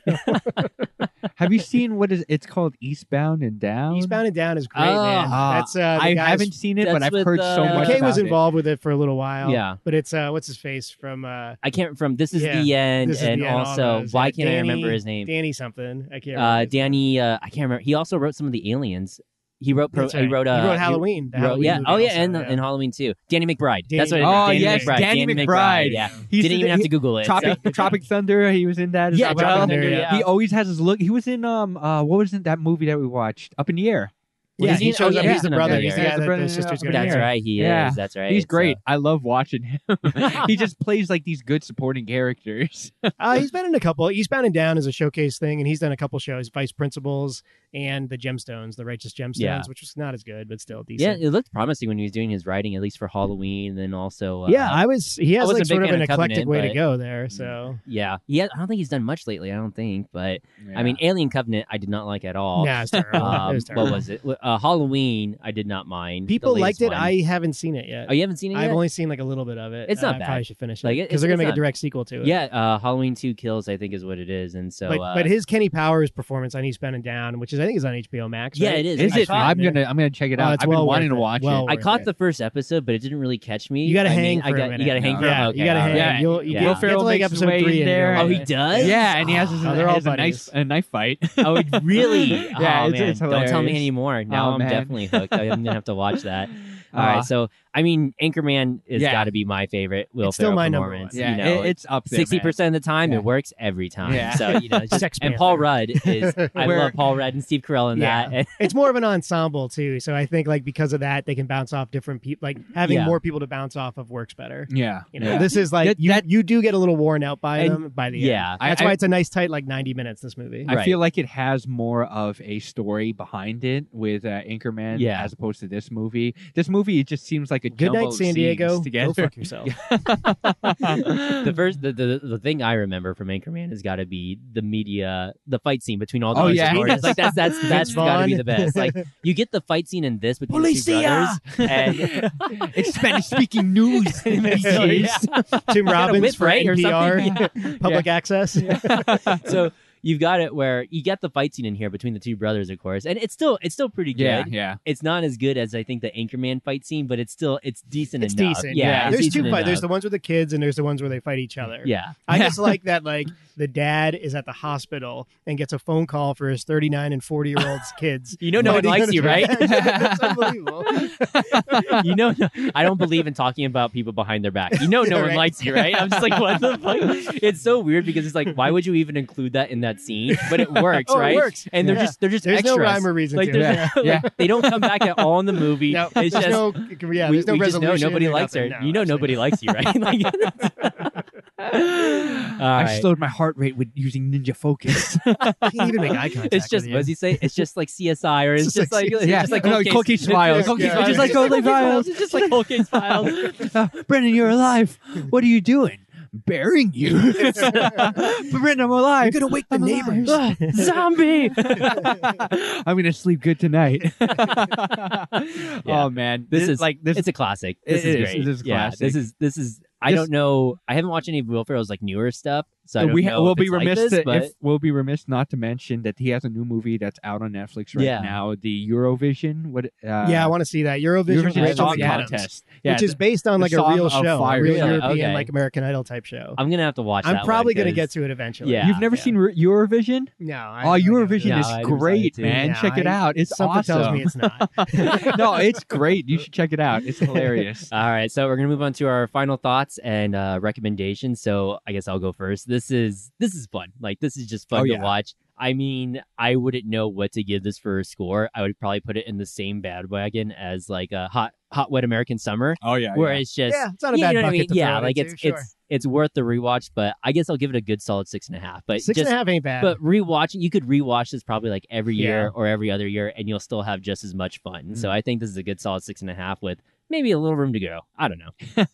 Speaker 2: Have you seen what is it's called Eastbound and Down?
Speaker 3: Eastbound and Down is great, man.
Speaker 2: Ah,
Speaker 3: That's uh, the
Speaker 2: I
Speaker 3: guys-
Speaker 2: haven't seen it, but
Speaker 1: that's
Speaker 2: I've
Speaker 1: with,
Speaker 2: heard so
Speaker 1: uh,
Speaker 2: much.
Speaker 3: McKay
Speaker 2: about
Speaker 3: was
Speaker 2: it.
Speaker 3: involved with it for a little while.
Speaker 1: Yeah.
Speaker 3: but it's uh, what's his face from uh,
Speaker 1: I can't from this is
Speaker 3: Yeah,
Speaker 1: the end,
Speaker 3: This Is the
Speaker 1: and
Speaker 3: End, all
Speaker 1: also
Speaker 3: those.
Speaker 1: why
Speaker 3: Yeah,
Speaker 1: can't I remember
Speaker 3: Danny-
Speaker 1: his name?
Speaker 3: Danny something. I can't.
Speaker 1: uh,
Speaker 3: remember.
Speaker 1: Danny, uh, I can't remember. He also wrote some of the aliens. He wrote. Pro,
Speaker 3: That's right.
Speaker 1: He wrote. Uh,
Speaker 3: he wrote Halloween. the
Speaker 1: wrote-
Speaker 3: Halloween
Speaker 1: yeah.
Speaker 3: movie
Speaker 1: Oh yeah,
Speaker 3: also,
Speaker 1: and, and Halloween too. Danny McBride. That's what. it is.
Speaker 2: McBride.
Speaker 3: Danny
Speaker 2: Oh,
Speaker 1: Danny
Speaker 2: yes,
Speaker 1: McBride.
Speaker 2: Danny McBride.
Speaker 1: Yeah.
Speaker 2: He's
Speaker 1: Didn't
Speaker 2: in
Speaker 1: even
Speaker 2: the-
Speaker 1: have to Google it. so-
Speaker 2: Tropic, Tropic Thunder. He was in that. as
Speaker 1: Yeah,
Speaker 2: well.
Speaker 1: Tropic
Speaker 3: Thunder,
Speaker 1: yeah.
Speaker 2: He always has his look. He was in um uh what was in that movie that we watched Up in the Air.
Speaker 3: yeah,
Speaker 1: Is
Speaker 3: he
Speaker 1: he-
Speaker 3: shows
Speaker 1: oh,
Speaker 3: up.
Speaker 1: yeah,
Speaker 3: He's the
Speaker 1: he's
Speaker 3: brother.
Speaker 1: another
Speaker 3: He's the
Speaker 1: guy.
Speaker 3: guy that
Speaker 2: Yeah.
Speaker 3: the sister's gonna
Speaker 1: That's
Speaker 3: marry.
Speaker 1: right. He
Speaker 2: Yeah.
Speaker 1: is. That's right.
Speaker 2: He's
Speaker 1: so-
Speaker 2: great. I love watching him. he just plays like these good supporting characters.
Speaker 3: Uh, he's been in a couple. Eastbound and Down is a showcase thing, and he's done a couple shows, Vice Principals and the Gemstones, the Righteous Gemstones,
Speaker 1: Yeah.
Speaker 3: which was not as good, but still
Speaker 1: Yeah,
Speaker 3: decent.
Speaker 1: it looked promising when he was doing his writing, at least for Halloween, and then also. Uh,
Speaker 3: yeah, I was. He has
Speaker 1: wasn't a big
Speaker 3: like sort of
Speaker 1: fan
Speaker 3: an
Speaker 1: of Covenant,
Speaker 3: eclectic way to
Speaker 1: but-
Speaker 3: go there. So
Speaker 1: yeah, yeah. I don't think he's done much lately. I don't think, but I mean, Alien Covenant, I did not like at all.
Speaker 3: nah, it's terrible.
Speaker 1: Um,
Speaker 3: it was terrible.
Speaker 1: what was it? Uh, Halloween, I did not mind. the
Speaker 3: People
Speaker 1: latest
Speaker 3: liked it.
Speaker 1: one.
Speaker 3: I haven't seen it yet.
Speaker 1: Oh, you haven't seen it
Speaker 3: I've
Speaker 1: yet?
Speaker 3: only seen like a little bit of it.
Speaker 1: It's
Speaker 3: Uh,
Speaker 1: not
Speaker 3: I
Speaker 1: bad.
Speaker 3: probably should finish it
Speaker 1: Like, it-
Speaker 3: because they're gonna
Speaker 1: it's
Speaker 3: make a
Speaker 1: not-
Speaker 3: direct sequel to it.
Speaker 1: yeah, uh, Halloween Two Kills, I think, is what it is, and so.
Speaker 3: but,
Speaker 1: uh,
Speaker 3: but his Kenny Powers performance on Eastbound and Down, which is I think is on HBO Max.
Speaker 1: yeah,
Speaker 3: right?
Speaker 1: it is.
Speaker 2: is
Speaker 1: I
Speaker 2: it?
Speaker 1: caught-
Speaker 2: I'm gonna I'm gonna check it
Speaker 3: Oh,
Speaker 2: out.
Speaker 3: it's
Speaker 2: I've been
Speaker 3: well
Speaker 2: wanting to
Speaker 3: worth it.
Speaker 2: watch
Speaker 3: Well
Speaker 1: I
Speaker 3: worth
Speaker 1: caught
Speaker 3: it.
Speaker 1: the first episode, but it didn't really catch me.
Speaker 3: You gotta
Speaker 1: I mean,
Speaker 3: hang
Speaker 1: I
Speaker 3: for a
Speaker 1: got-
Speaker 3: minute.
Speaker 1: You got to hang for
Speaker 3: Yeah,
Speaker 1: Oh, okay,
Speaker 3: you gotta
Speaker 1: all
Speaker 3: hang.
Speaker 1: right.
Speaker 2: Yeah.
Speaker 3: You'll, you
Speaker 1: Yeah.
Speaker 3: get-
Speaker 1: Will
Speaker 3: you have to
Speaker 2: Ferrell
Speaker 3: like
Speaker 2: makes his
Speaker 3: episode
Speaker 2: way
Speaker 3: three
Speaker 2: in
Speaker 3: and
Speaker 2: there.
Speaker 3: go,
Speaker 1: Oh, he
Speaker 3: "Yeah."
Speaker 1: does.
Speaker 2: it. Yeah, and he has, his,
Speaker 3: Oh, they're all
Speaker 2: has a
Speaker 3: buddies.
Speaker 2: knife a knife fight.
Speaker 1: Oh, it really?
Speaker 2: Yeah,
Speaker 1: oh,
Speaker 2: it's-
Speaker 1: man.
Speaker 2: it's
Speaker 1: Don't tell me
Speaker 2: hilarious.
Speaker 1: anymore. Now
Speaker 2: Oh,
Speaker 1: I'm
Speaker 2: man.
Speaker 1: definitely hooked. I'm gonna have to watch that. All right,
Speaker 2: Uh,
Speaker 1: so I mean, Anchorman has
Speaker 2: yeah.
Speaker 1: got to be my favorite. Will
Speaker 3: It's still
Speaker 1: Ferrell
Speaker 3: my number one.
Speaker 1: performance.
Speaker 2: yeah,
Speaker 1: you know,
Speaker 2: it- it's up there.
Speaker 1: sixty percent of the time
Speaker 2: Yeah.
Speaker 1: it works every time.
Speaker 2: Yeah.
Speaker 1: So you know, it's just,
Speaker 3: Sex
Speaker 1: and
Speaker 3: Panther.
Speaker 1: Paul Rudd is. I
Speaker 2: Where-
Speaker 1: love Paul Rudd and Steve Carell in
Speaker 3: Yeah.
Speaker 1: that.
Speaker 3: it's more of an ensemble too. So I think like because of that, they can bounce off different people. Like having
Speaker 1: Yeah.
Speaker 3: more people to bounce off of works better.
Speaker 2: Man. Yeah.
Speaker 3: You know,
Speaker 2: yeah.
Speaker 3: this is like
Speaker 2: That-
Speaker 3: you,
Speaker 2: that-
Speaker 3: you do get a little worn out by
Speaker 2: And-
Speaker 3: them by the
Speaker 1: yeah.
Speaker 3: end. That's
Speaker 2: I-
Speaker 3: why
Speaker 2: I-
Speaker 3: it's a nice tight like ninety minutes. This movie.
Speaker 2: I
Speaker 1: Right.
Speaker 2: feel like it has more of a story behind it with uh, Anchorman
Speaker 1: Yeah.
Speaker 2: as opposed to this movie. This movie it just seems like a
Speaker 3: Good
Speaker 2: jumble
Speaker 3: night,
Speaker 2: of
Speaker 3: San Diego.
Speaker 2: scenes
Speaker 3: Go
Speaker 2: Together.
Speaker 3: fuck yourself.
Speaker 1: the first, the, the the thing I remember from Anchorman has got to be the media, the fight scene between all the
Speaker 2: Oh,
Speaker 1: bunch of
Speaker 2: yeah.
Speaker 1: lawyers. Like that's that's that's got to be
Speaker 3: Vaughn.
Speaker 1: the best. Like you get the fight scene in this between the two brothers,
Speaker 2: Policia!
Speaker 1: and
Speaker 2: it's Spanish speaking news.
Speaker 1: So, yeah.
Speaker 3: Tim
Speaker 1: Got a
Speaker 3: Robbins
Speaker 1: whip,
Speaker 3: for
Speaker 1: right, or
Speaker 3: NPR,
Speaker 1: something?
Speaker 3: public access.
Speaker 1: so you've got it where you get the fight scene in here between the two brothers, of course, and it's still it's still pretty good.
Speaker 2: yeah, yeah.
Speaker 1: It's not as good as I think the Anchorman fight scene, but it's still it's decent
Speaker 3: It's
Speaker 1: enough.
Speaker 3: decent.
Speaker 1: Yeah, it's
Speaker 3: there's
Speaker 1: decent
Speaker 3: two fights. There's the
Speaker 1: enough.
Speaker 3: ones with the kids, and there's the ones where they fight each other.
Speaker 1: yeah.
Speaker 3: I just like that, like the dad is at the hospital and gets a phone call for his 39 and 40 year olds kids.
Speaker 1: You know no one
Speaker 3: fighting
Speaker 1: likes
Speaker 3: on
Speaker 1: you,
Speaker 3: the-
Speaker 1: right?
Speaker 3: That's unbelievable.
Speaker 1: you know, I don't believe in talking about people behind their back. You know, no
Speaker 3: Yeah,
Speaker 1: one
Speaker 3: right.
Speaker 1: likes you, right? I'm just like, what the fuck? It's so weird because it's like, why would you even include that in that scene? But it works,
Speaker 3: Oh, it
Speaker 1: right?
Speaker 3: works.
Speaker 1: And they're
Speaker 3: Yeah.
Speaker 1: just they're just
Speaker 3: There's
Speaker 1: extras.
Speaker 3: no rhyme or reason
Speaker 1: like,
Speaker 3: to it.
Speaker 1: there's- like,
Speaker 2: Yeah.
Speaker 1: they don't come back at all in the movie.
Speaker 3: No,
Speaker 1: it's
Speaker 3: there's
Speaker 1: just
Speaker 3: no, yeah,
Speaker 1: we,
Speaker 3: there's no
Speaker 1: we just
Speaker 3: resolution.
Speaker 1: know nobody
Speaker 3: or
Speaker 1: likes her.
Speaker 3: nothing. No,
Speaker 1: you know, nobody
Speaker 3: absolutely
Speaker 1: likes you, right? Like,
Speaker 2: I slowed my heart rate with using Ninja Focus.
Speaker 3: not. Can't even make eye contact.
Speaker 1: It's just
Speaker 3: with
Speaker 1: what does
Speaker 3: you.
Speaker 1: he say? It's just like CSI, or it's,
Speaker 3: It's
Speaker 1: just
Speaker 3: just
Speaker 1: like,
Speaker 3: like
Speaker 1: it's
Speaker 2: yeah,
Speaker 1: just like
Speaker 2: no,
Speaker 1: Cold Case-
Speaker 2: Cold Case Files.
Speaker 3: yeah,
Speaker 2: Cold Case
Speaker 3: yeah.
Speaker 2: Files.
Speaker 1: Just like
Speaker 2: Cold
Speaker 1: Cold Case Files.
Speaker 2: Files.
Speaker 1: It's just like Cold Case Files.
Speaker 2: Uh, Brendan, you're alive. What are you doing? Burying you. Brendan, I'm alive.
Speaker 3: You're gonna wake the
Speaker 2: I'm alive. Ah,
Speaker 3: neighbors.
Speaker 1: Zombie.
Speaker 2: I'm gonna sleep good tonight. Oh man,
Speaker 1: This is
Speaker 2: like this.
Speaker 1: it's a classic.
Speaker 2: It
Speaker 1: This is
Speaker 2: is.
Speaker 1: great.
Speaker 2: This is
Speaker 1: Yeah,
Speaker 2: classic.
Speaker 1: this is this is. I
Speaker 2: This-
Speaker 1: don't know. I haven't watched any of Will Ferrell's like newer stuff, So I don't
Speaker 2: we
Speaker 1: know
Speaker 2: will
Speaker 1: if
Speaker 2: be
Speaker 1: it's like
Speaker 2: remiss
Speaker 1: this,
Speaker 2: to,
Speaker 1: but
Speaker 2: if, we'll be remiss not to mention that he has a new movie that's out on Netflix right
Speaker 1: Yeah.
Speaker 2: now, the Eurovision. What? Uh,
Speaker 3: yeah, I want to see that Eurovision,
Speaker 2: Eurovision
Speaker 3: Rachel
Speaker 2: Song
Speaker 3: McAdams,
Speaker 2: Contest. Yeah,
Speaker 3: which is based on
Speaker 2: the
Speaker 3: like a
Speaker 2: Song
Speaker 3: real
Speaker 2: of
Speaker 3: show,
Speaker 2: Fire.
Speaker 3: a real
Speaker 1: Really?
Speaker 3: European
Speaker 1: Okay.
Speaker 3: like American Idol type show.
Speaker 1: I'm gonna have to watch.
Speaker 3: I'm
Speaker 1: that
Speaker 3: probably
Speaker 1: one,
Speaker 3: going to get
Speaker 1: 'cause-
Speaker 3: to it eventually.
Speaker 1: Yeah.
Speaker 2: you've never seen Re- Eurovision?
Speaker 3: No. I
Speaker 2: Oh,
Speaker 3: have no idea what it
Speaker 2: Eurovision
Speaker 1: Yeah,
Speaker 2: is
Speaker 1: I'm excited
Speaker 2: great,
Speaker 1: too.
Speaker 2: man.
Speaker 3: Yeah,
Speaker 2: Check it
Speaker 3: I-
Speaker 2: out. It's
Speaker 3: Something
Speaker 2: awesome.
Speaker 3: tells me it's not.
Speaker 2: no, it's great. You should check it out. It's hilarious.
Speaker 1: All right, so we're gonna move on to our final thoughts and uh, recommendations. So I guess I'll go first. This is this is fun. Like this is just fun
Speaker 2: Oh,
Speaker 1: to
Speaker 2: yeah.
Speaker 1: watch. I mean, I wouldn't know what to give this for a score. I would probably put it in the same bandwagon as like a hot hot wet American summer,
Speaker 2: Oh yeah.
Speaker 1: where it's just
Speaker 3: yeah, it's not a
Speaker 1: Yeah,
Speaker 3: bad
Speaker 1: you know what I
Speaker 3: bucket
Speaker 1: mean?
Speaker 3: to
Speaker 1: yeah,
Speaker 3: throw it
Speaker 1: like
Speaker 3: into,
Speaker 1: it's
Speaker 3: sure.
Speaker 1: it's it's worth the rewatch. But I guess I'll give it a good solid six and a half. But
Speaker 3: Six and
Speaker 1: just
Speaker 3: a half ain't bad.
Speaker 1: but rewatching, you could rewatch this probably like every year
Speaker 3: Yeah. Mm-hmm.
Speaker 1: or every other year, and you'll still have just as much fun. So I think this is a good solid six and a half with maybe a little room to go. I don't know.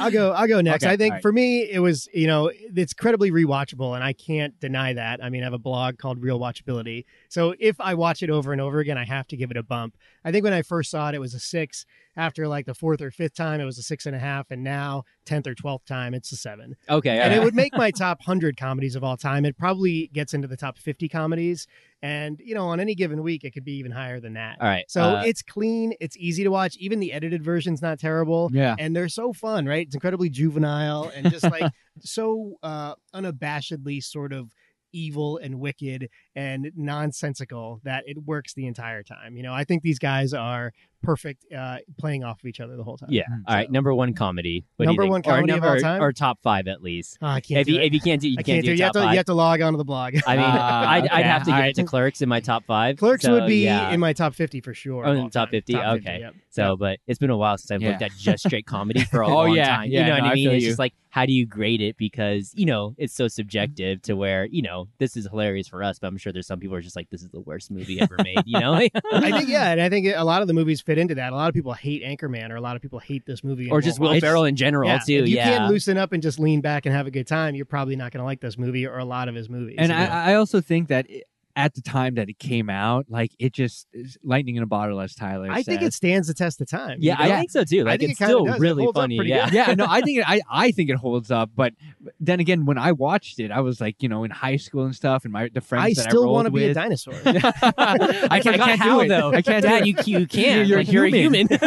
Speaker 3: I'll go. I'll go next.
Speaker 2: Okay,
Speaker 3: I think
Speaker 2: all right.
Speaker 3: for me, it was you know it's incredibly rewatchable, and I can't deny that. I mean, I have a blog called Real Watchability, so if I watch it over and over again, I have to give it a bump. I think when I first saw it, it was a six. After like the fourth or fifth time, it was a six and a half, and now tenth or twelfth time, it's a seven.
Speaker 1: Okay,
Speaker 3: And it would make my top hundred comedies of all time. It probably gets into the top fifty comedies, and you know on any given week, it could be even higher than that.
Speaker 1: all right.
Speaker 3: So
Speaker 1: uh,
Speaker 3: it's clean. It's easy to watch. Even the edited version's not terrible
Speaker 2: Yeah.
Speaker 3: and they're so fun, right? It's incredibly juvenile and just like so uh, unabashedly sort of evil and wicked and nonsensical that it works the entire time. You know, I think these guys are perfect uh, playing off of each other the whole time.
Speaker 1: yeah.
Speaker 2: Mm,
Speaker 1: All right.
Speaker 3: Mm-hmm. so-
Speaker 1: Number one comedy. What do you
Speaker 3: Number
Speaker 1: think?
Speaker 3: one comedy
Speaker 1: or
Speaker 3: of
Speaker 1: number,
Speaker 3: all time?
Speaker 1: or top five at least.
Speaker 3: Oh, I can't.
Speaker 1: If
Speaker 3: do
Speaker 1: you
Speaker 3: it.
Speaker 1: if you can't do you
Speaker 3: I can't, do. It. You have
Speaker 1: top
Speaker 3: to you
Speaker 1: five.
Speaker 3: have to log on to the blog.
Speaker 1: I mean,
Speaker 2: Ah,
Speaker 1: I'd, I'd
Speaker 2: okay,
Speaker 1: have to give
Speaker 2: all
Speaker 1: it to Clerks in my top five.
Speaker 3: Clerks
Speaker 1: so,
Speaker 3: would be
Speaker 1: yeah.
Speaker 3: in my top fifty for sure.
Speaker 1: Oh,
Speaker 3: of
Speaker 1: in
Speaker 3: all
Speaker 1: the top
Speaker 3: time.
Speaker 1: 50? Okay.
Speaker 3: yep.
Speaker 1: So, but it's been a while since I've
Speaker 2: Yeah.
Speaker 1: looked at just straight comedy for a
Speaker 2: Oh,
Speaker 1: long
Speaker 2: yeah,
Speaker 1: time.
Speaker 2: yeah,
Speaker 1: you know what
Speaker 2: no, I
Speaker 1: I mean?
Speaker 2: feel
Speaker 1: It's
Speaker 2: you.
Speaker 1: just like, how do you grade it? Because, you know, it's so subjective to where, you know, this is hilarious for us, but I'm sure there's some people who are just like, this is the worst movie ever made, you know?
Speaker 3: I think yeah, and I think a lot of the movies fit into that. A lot of people hate Anchorman, or a lot of people hate this movie, and
Speaker 1: or
Speaker 3: won't
Speaker 1: just
Speaker 3: watch
Speaker 1: Will
Speaker 3: it.
Speaker 1: Ferrell in general,
Speaker 3: yeah,
Speaker 1: too.
Speaker 3: If you
Speaker 1: yeah.
Speaker 3: can't loosen up and just lean back and have a good time, you're probably not going to like this movie or a lot of his movies.
Speaker 2: And
Speaker 3: you know?
Speaker 2: I, I also think that it, at the time that it came out, like it just lightning in a bottle, as Tyler.
Speaker 3: I think
Speaker 2: said.
Speaker 3: it stands the test of time.
Speaker 1: yeah, I
Speaker 2: Yeah.
Speaker 1: think so, too.
Speaker 3: I
Speaker 1: Like,
Speaker 3: think
Speaker 1: it's
Speaker 3: it kinda
Speaker 1: still
Speaker 3: does. It
Speaker 1: really
Speaker 3: holds up
Speaker 1: funny.
Speaker 3: pretty
Speaker 1: Yeah.
Speaker 2: yeah, no, I think it, I I think it holds up. But then again, when I watched it, I was like, you know, in high school and stuff, and my the friends
Speaker 3: I
Speaker 2: that
Speaker 3: still
Speaker 2: want
Speaker 3: want
Speaker 2: to
Speaker 3: to be a dinosaur.
Speaker 2: I can't, I can't do it
Speaker 1: though.
Speaker 2: I can't do
Speaker 1: Dad,
Speaker 2: it.
Speaker 1: you, you can.
Speaker 2: You're a
Speaker 1: like, you're a human.
Speaker 2: human.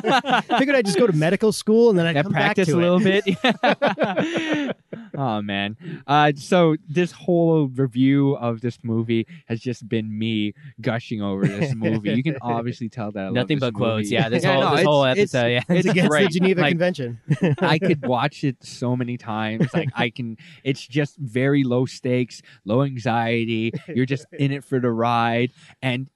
Speaker 3: Figured I'd just go to medical school and then I'd
Speaker 2: Yeah,
Speaker 3: come
Speaker 2: practice
Speaker 3: back
Speaker 2: a
Speaker 3: to
Speaker 2: little
Speaker 3: it.
Speaker 2: bit. oh man. Uh, so this whole review of this movie has just been me gushing over this movie. You can obviously tell that I love
Speaker 1: Nothing
Speaker 2: this
Speaker 1: but quotes.
Speaker 2: movie.
Speaker 1: Yeah, this whole- this
Speaker 2: it's-
Speaker 1: whole
Speaker 2: it's-
Speaker 1: episode, yeah.
Speaker 2: It's,
Speaker 3: Against
Speaker 2: great.
Speaker 3: the Geneva
Speaker 2: Like,
Speaker 3: Convention.
Speaker 2: I could watch it so many times. Like I can. It's just very low stakes, low anxiety. You're just in it for the ride, and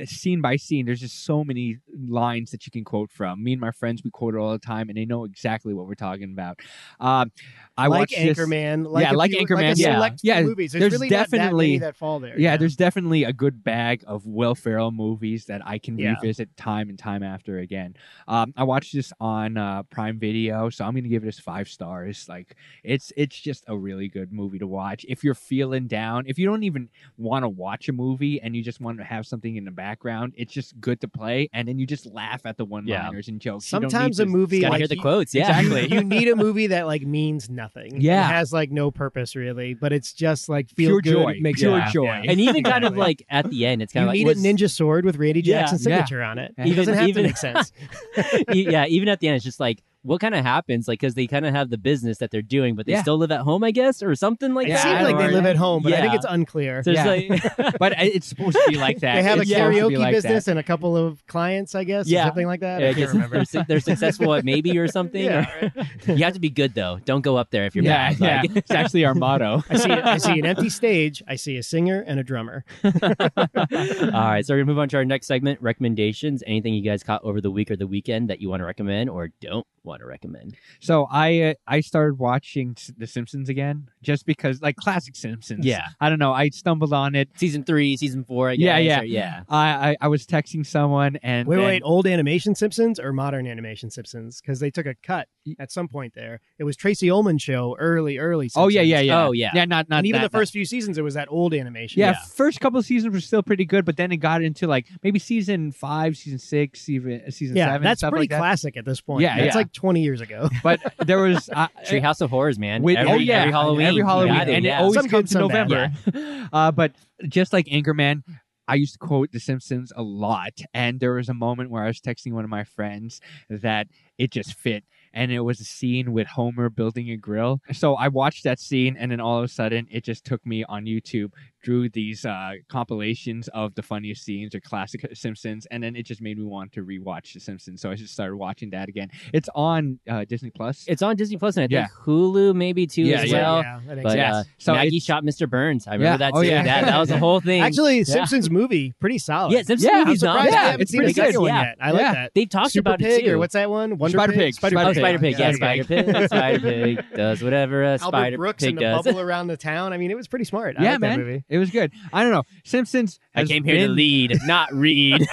Speaker 2: uh, scene by scene, there's just so many lines that you can quote from. Me and my friends, we quote it all the time, and they know exactly what we're talking about. Um, I
Speaker 3: like
Speaker 2: watched this-
Speaker 3: Anchorman.
Speaker 2: Yeah,
Speaker 3: a
Speaker 2: like
Speaker 3: few-
Speaker 2: Anchorman,
Speaker 3: Like a
Speaker 2: yeah.
Speaker 3: select few
Speaker 2: Yeah,
Speaker 3: movies. There's,
Speaker 2: there's
Speaker 3: really not
Speaker 2: definitely-
Speaker 3: that many that fall there.
Speaker 2: Yeah, there's definitely a good bag of Will Ferrell movies that I can
Speaker 3: Yeah.
Speaker 2: revisit time and time after again. Um, I watched this on uh, Prime Video, so I'm gonna give this five stars. Like, it's it's just a really good movie to watch if you're feeling down. If you don't even want to watch a movie and you just want to have something in the background, it's just good to play, and then you just laugh at the one-liners and jokes. You don't
Speaker 3: Sometimes
Speaker 2: need
Speaker 3: a
Speaker 2: to-
Speaker 3: movie
Speaker 1: Gotta
Speaker 3: like
Speaker 1: hear the
Speaker 3: you-
Speaker 1: quotes. Yeah.
Speaker 2: Exactly.
Speaker 3: You need a movie that like means nothing.
Speaker 2: Yeah.
Speaker 3: it has like no purpose really, but it's just like
Speaker 2: Pure
Speaker 3: feel good,
Speaker 2: joy,
Speaker 3: makes you
Speaker 2: pure
Speaker 3: laugh.
Speaker 2: joy,
Speaker 3: Yeah.
Speaker 1: And even kind of
Speaker 3: Exactly.
Speaker 1: like at the end, it's
Speaker 3: You
Speaker 1: kind of
Speaker 3: need
Speaker 1: like,
Speaker 3: a
Speaker 1: was-
Speaker 3: ninja sword with Randy
Speaker 1: Yeah,
Speaker 3: Jackson's
Speaker 2: yeah.
Speaker 3: signature on it.
Speaker 2: Yeah.
Speaker 3: It doesn't
Speaker 1: Even-
Speaker 3: have
Speaker 1: even-
Speaker 3: to make sense.
Speaker 1: E- yeah, even at the end, it's just like, what kind of happens? Like, because they kind of have the business that they're doing, but they
Speaker 2: Yeah.
Speaker 1: still live at home, I guess, or something like
Speaker 3: It
Speaker 2: Yeah,
Speaker 1: that.
Speaker 3: seems
Speaker 2: I
Speaker 3: like
Speaker 2: don't
Speaker 3: they
Speaker 2: know.
Speaker 3: live at home, but I think
Speaker 1: Yeah.
Speaker 3: it's unclear.
Speaker 1: So it's
Speaker 2: Yeah.
Speaker 1: like,
Speaker 2: but uh, it's supposed to be like that.
Speaker 3: they have a
Speaker 2: It's supposed to be
Speaker 3: karaoke
Speaker 2: like that.
Speaker 3: business and a couple of clients, I guess,
Speaker 1: Yeah.
Speaker 3: or something like that.
Speaker 1: Yeah,
Speaker 3: I can't
Speaker 1: 'cause
Speaker 3: remember.
Speaker 1: They're, su- they're successful at maybe or something.
Speaker 3: Yeah,
Speaker 1: or- you have to be good though. Don't go up there if you're
Speaker 2: yeah,
Speaker 1: bad.
Speaker 2: yeah.
Speaker 1: Like,
Speaker 2: it's actually our motto.
Speaker 3: I see, I see an empty stage. I see a singer and a drummer.
Speaker 1: All right, so we're gonna move on to our next segment: recommendations. Anything you guys caught over the week or the weekend that you want to recommend or don't want to recommend?
Speaker 2: So I uh, I started watching S- The Simpsons again just because like classic Simpsons.
Speaker 1: Yeah.
Speaker 2: I don't know. I stumbled on it.
Speaker 1: Season three, season four. I guess,
Speaker 2: Yeah, yeah.
Speaker 1: or- yeah.
Speaker 2: I I, I was texting someone and
Speaker 3: Wait,
Speaker 2: and-
Speaker 3: wait, old animation Simpsons or modern animation Simpsons? Because they took a cut at some point there. It was Tracy Ullman show early, early. Simpsons.
Speaker 2: Oh yeah, yeah, yeah.
Speaker 1: Oh, yeah.
Speaker 2: Yeah, not not
Speaker 3: and even
Speaker 2: that-
Speaker 3: the first few seasons, it was that old animation.
Speaker 2: Yeah, first couple of seasons were still pretty good, but then it got into like maybe season five, season six, even uh, season
Speaker 3: yeah,
Speaker 2: seven.
Speaker 3: that's
Speaker 2: stuff
Speaker 3: pretty
Speaker 2: like that.
Speaker 3: classic at this point.
Speaker 2: Yeah,
Speaker 3: that's
Speaker 2: yeah.
Speaker 3: like twenty years ago.
Speaker 2: But there was uh,
Speaker 3: Eh,
Speaker 1: Treehouse of Horrors, man.
Speaker 2: With-
Speaker 1: every,
Speaker 2: oh, yeah.
Speaker 1: every Halloween,
Speaker 2: every Halloween,
Speaker 1: Got it,
Speaker 2: and
Speaker 1: yeah.
Speaker 2: it always
Speaker 3: Some good,
Speaker 2: comes in
Speaker 3: some bad.
Speaker 2: November. Uh, but just like Anchorman, I used to quote The Simpsons a lot, and there was a moment where I was texting one of my friends that it just fit. And it was a scene with Homer building a grill. So I watched that scene, and then all of a sudden, it just took me on YouTube, drew these uh, compilations of the funniest scenes or classic Simpsons, and then it just made me want to rewatch The Simpsons. So I just started watching that again. It's on uh, Disney Plus.
Speaker 1: It's on Disney Plus and I think
Speaker 2: Yeah.
Speaker 1: Hulu maybe too
Speaker 2: Yeah,
Speaker 1: as
Speaker 2: yeah.
Speaker 1: well.
Speaker 3: yeah, I think
Speaker 1: But
Speaker 3: so.
Speaker 2: Yes.
Speaker 1: uh,
Speaker 2: So
Speaker 1: Maggie
Speaker 2: it's-
Speaker 1: shot Mr. Burns. I remember
Speaker 2: Yeah.
Speaker 1: that too.
Speaker 2: Oh, yeah.
Speaker 1: That, that was the whole thing.
Speaker 3: Actually, Simpsons movie pretty solid.
Speaker 1: yeah, Simpsons
Speaker 2: Yeah, I'm
Speaker 3: I'm
Speaker 1: movies
Speaker 3: surprised
Speaker 1: not
Speaker 3: yeah, I
Speaker 1: bad.
Speaker 3: haven't
Speaker 2: it's
Speaker 3: seen the
Speaker 2: pretty
Speaker 3: second
Speaker 2: good.
Speaker 3: one
Speaker 1: Yeah.
Speaker 3: yet. I like
Speaker 2: Yeah.
Speaker 3: that.
Speaker 1: They've talked
Speaker 3: Super
Speaker 1: about
Speaker 3: Pig
Speaker 1: it too.
Speaker 3: or what's that one? Wonder
Speaker 2: Spider Pig,
Speaker 3: Spider
Speaker 1: Oh,
Speaker 2: Spider
Speaker 3: Pig.
Speaker 1: Spider Pig. Yeah,
Speaker 3: Yeah,
Speaker 1: Spider Pig. Spider Pig does whatever a
Speaker 3: Albert
Speaker 1: Spider
Speaker 3: Brooks
Speaker 1: Pig
Speaker 3: and the
Speaker 1: does.
Speaker 3: bubble around the town. I mean, it was pretty smart. I
Speaker 2: yeah,
Speaker 3: like
Speaker 2: man,
Speaker 3: That movie.
Speaker 2: it was good. I don't know. Simpsons.
Speaker 1: I
Speaker 2: has
Speaker 1: came here to
Speaker 2: been-
Speaker 1: lead, not read.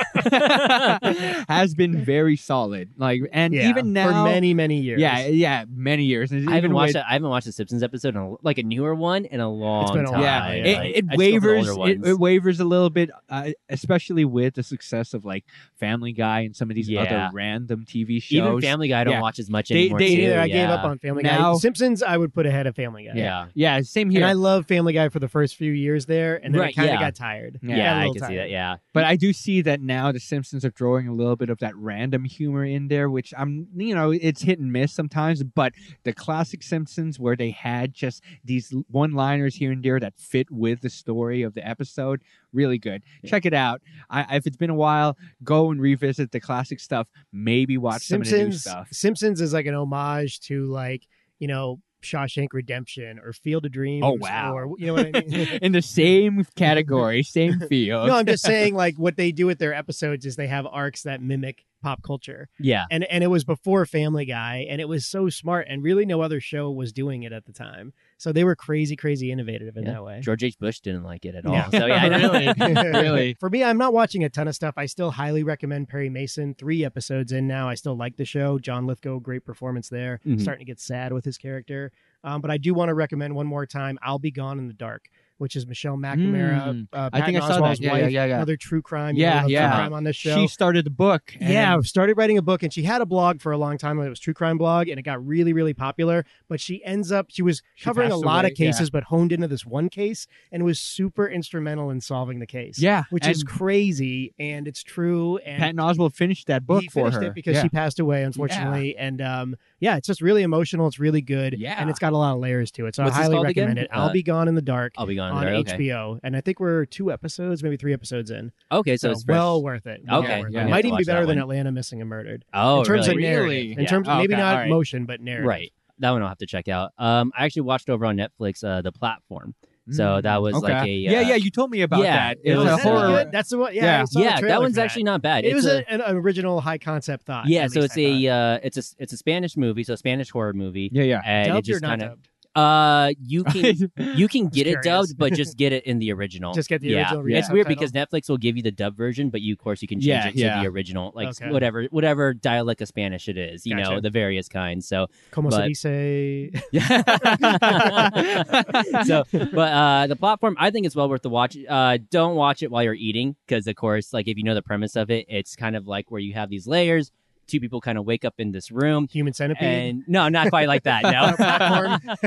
Speaker 2: has been very solid. Like, and
Speaker 3: Yeah,
Speaker 2: even now,
Speaker 3: for many many years.
Speaker 2: yeah, yeah, many years. And
Speaker 1: I haven't
Speaker 2: even
Speaker 1: watched.
Speaker 2: with-
Speaker 1: A, I haven't watched a Simpsons episode, in a, like a newer one, in a long
Speaker 3: been a
Speaker 1: time.
Speaker 3: while, yeah.
Speaker 2: It,
Speaker 1: Like,
Speaker 3: I
Speaker 2: it
Speaker 1: I still have the
Speaker 2: wavers.
Speaker 1: older
Speaker 2: It,
Speaker 1: ones.
Speaker 2: it wavers a little bit, uh, especially with the success of like Family Guy and some of these
Speaker 1: Yeah.
Speaker 2: other random TV shows.
Speaker 1: Even Family Guy, I don't
Speaker 2: Yeah.
Speaker 1: watch as much
Speaker 2: They-
Speaker 1: anymore.
Speaker 2: they-
Speaker 1: too,
Speaker 3: Either I gave
Speaker 1: yeah.
Speaker 3: up on Family
Speaker 2: Now-
Speaker 3: Guy. Simpsons, I would put ahead of Family Guy.
Speaker 1: Yeah.
Speaker 2: yeah, same here.
Speaker 3: And I love Family Guy for the first few years there, and then I
Speaker 1: Right,
Speaker 3: kind of
Speaker 1: yeah.
Speaker 3: got tired.
Speaker 2: Yeah,
Speaker 3: Got a
Speaker 1: Yeah, I
Speaker 3: little
Speaker 1: can see
Speaker 3: tired.
Speaker 1: that. Yeah,
Speaker 2: But I do see that now the Simpsons are drawing a little bit of that random humor in there, which I'm, you know, it's hit and miss sometimes. But the classic Simpsons, where they had just these one liners here and there that fit with the story of the episode, really good. Check it out. I, if it's been a while, go and revisit the classic stuff. Maybe watch
Speaker 3: Simpsons.
Speaker 2: some of the new stuff.
Speaker 3: Simpsons is like an homage to like you know Shawshank Redemption or Field of Dreams.
Speaker 2: Oh, wow.
Speaker 3: Or you know what I mean.
Speaker 2: in the same category, same field.
Speaker 3: No, I'm just saying, like, what they do with their episodes is they have arcs that mimic pop culture.
Speaker 1: yeah.
Speaker 3: And and it was before Family Guy, and it was so smart, and really no other show was doing it at the time. So they were crazy, crazy innovative in
Speaker 1: Yeah.
Speaker 3: that way.
Speaker 1: George H. Bush didn't like it at all.
Speaker 3: No.
Speaker 1: Oh, So yeah, I know.
Speaker 2: Really?
Speaker 3: For me, I'm not watching a ton of stuff. I still highly recommend Perry Mason. Three episodes in now. I still like the show. John Lithgow, great performance there.
Speaker 2: Mm-hmm.
Speaker 1: Mhm.
Speaker 3: Starting to get sad with his character. Um, but I do want to recommend one more time I'll Be Gone in the Dark, which is Michelle McNamara.
Speaker 2: Mm.
Speaker 3: Uh,
Speaker 2: I think
Speaker 3: Patton
Speaker 2: I saw that.
Speaker 3: Oswalt's
Speaker 2: Yeah,
Speaker 3: wife,
Speaker 2: yeah, yeah, yeah.
Speaker 3: Another true crime. you
Speaker 2: Yeah,
Speaker 3: know, love
Speaker 2: yeah.
Speaker 3: True crime on this show.
Speaker 2: She started the book. and-
Speaker 3: Yeah, started writing a book and she had a blog for a long time. It was True Crime Blog and it got really, really popular. But she ends up, she was
Speaker 2: She
Speaker 3: covering a
Speaker 2: passed
Speaker 3: lot
Speaker 2: away,
Speaker 3: of cases, but honed into this one case and was super instrumental in solving the case.
Speaker 2: Yeah,
Speaker 3: Which is
Speaker 2: and-
Speaker 3: crazy and it's true. And
Speaker 2: Patton Oswald finished that book
Speaker 3: he
Speaker 2: for
Speaker 3: finished
Speaker 2: her
Speaker 3: it because
Speaker 2: Yeah.
Speaker 3: she passed away, unfortunately. And um, yeah, it's just really emotional. It's really good.
Speaker 2: Yeah.
Speaker 3: And it's got a lot of layers to it. So
Speaker 1: What's
Speaker 3: I
Speaker 1: this
Speaker 3: highly
Speaker 1: called again?
Speaker 3: recommend it. I'll
Speaker 1: Uh,
Speaker 3: Be Gone in the Dark
Speaker 1: I'll be gone.
Speaker 3: on
Speaker 1: there. Okay.
Speaker 3: HBO. And I think we're two episodes, maybe three episodes in.
Speaker 1: Okay, so, it's fresh.
Speaker 3: well worth it. Well
Speaker 1: Okay,
Speaker 3: worth it.
Speaker 2: yeah.
Speaker 3: Might
Speaker 1: I'll
Speaker 3: even be
Speaker 1: watch that
Speaker 3: better than
Speaker 1: one.
Speaker 3: Atlanta Missing and Murdered
Speaker 1: Oh,
Speaker 3: in terms
Speaker 1: really?
Speaker 3: of narrative.
Speaker 2: Really?
Speaker 3: In
Speaker 1: Yeah.
Speaker 3: terms of
Speaker 2: Oh,
Speaker 3: maybe
Speaker 2: okay.
Speaker 3: not
Speaker 2: All right.
Speaker 3: motion, but narrative.
Speaker 1: Right. That one I'll have to check out. Um, I actually watched over on Netflix uh, the platform. So that was like
Speaker 2: Okay.
Speaker 1: a
Speaker 2: yeah,
Speaker 1: uh,
Speaker 2: yeah. You told me about
Speaker 1: yeah,
Speaker 2: that.
Speaker 1: it
Speaker 2: It was
Speaker 1: was,
Speaker 2: a
Speaker 1: uh,
Speaker 2: horror.
Speaker 3: Good? That's the one. Yeah,
Speaker 2: Yeah.
Speaker 3: I saw the
Speaker 1: yeah.
Speaker 3: trailer
Speaker 1: That one's
Speaker 3: for
Speaker 1: actually not bad.
Speaker 3: It was
Speaker 1: it's
Speaker 3: a, an original high concept thought.
Speaker 1: yeah.
Speaker 3: at
Speaker 1: So it's
Speaker 3: least I
Speaker 1: a uh, it's a it's a Spanish movie. So a Spanish horror movie. Uh,
Speaker 2: Yeah, yeah.
Speaker 3: thought.
Speaker 1: And it
Speaker 3: dubbed or
Speaker 1: just
Speaker 3: not
Speaker 1: kind of
Speaker 3: dubbed.
Speaker 1: uh, you can you can get it
Speaker 3: curious.
Speaker 1: dubbed, but just get it in the original.
Speaker 3: Just get the
Speaker 1: yeah.
Speaker 3: original.
Speaker 2: Yeah.
Speaker 1: It's weird because Netflix will give you the dub version, but you, of course, you can change
Speaker 2: Yeah,
Speaker 1: it to
Speaker 2: yeah.
Speaker 1: the original, like
Speaker 3: Okay.
Speaker 1: whatever whatever dialect of Spanish it is. You know,
Speaker 3: Gotcha.
Speaker 1: the various kinds. So
Speaker 3: Como
Speaker 1: but-
Speaker 3: se dice?
Speaker 1: so, but uh, the platform, I think it's well worth the watch. Uh, don't watch it while you're eating, because of course, like if you know the premise of it, it's kind of like where you have these layers. Two people kind of wake up in this room,
Speaker 3: Human centipede.
Speaker 1: and no, not quite like that.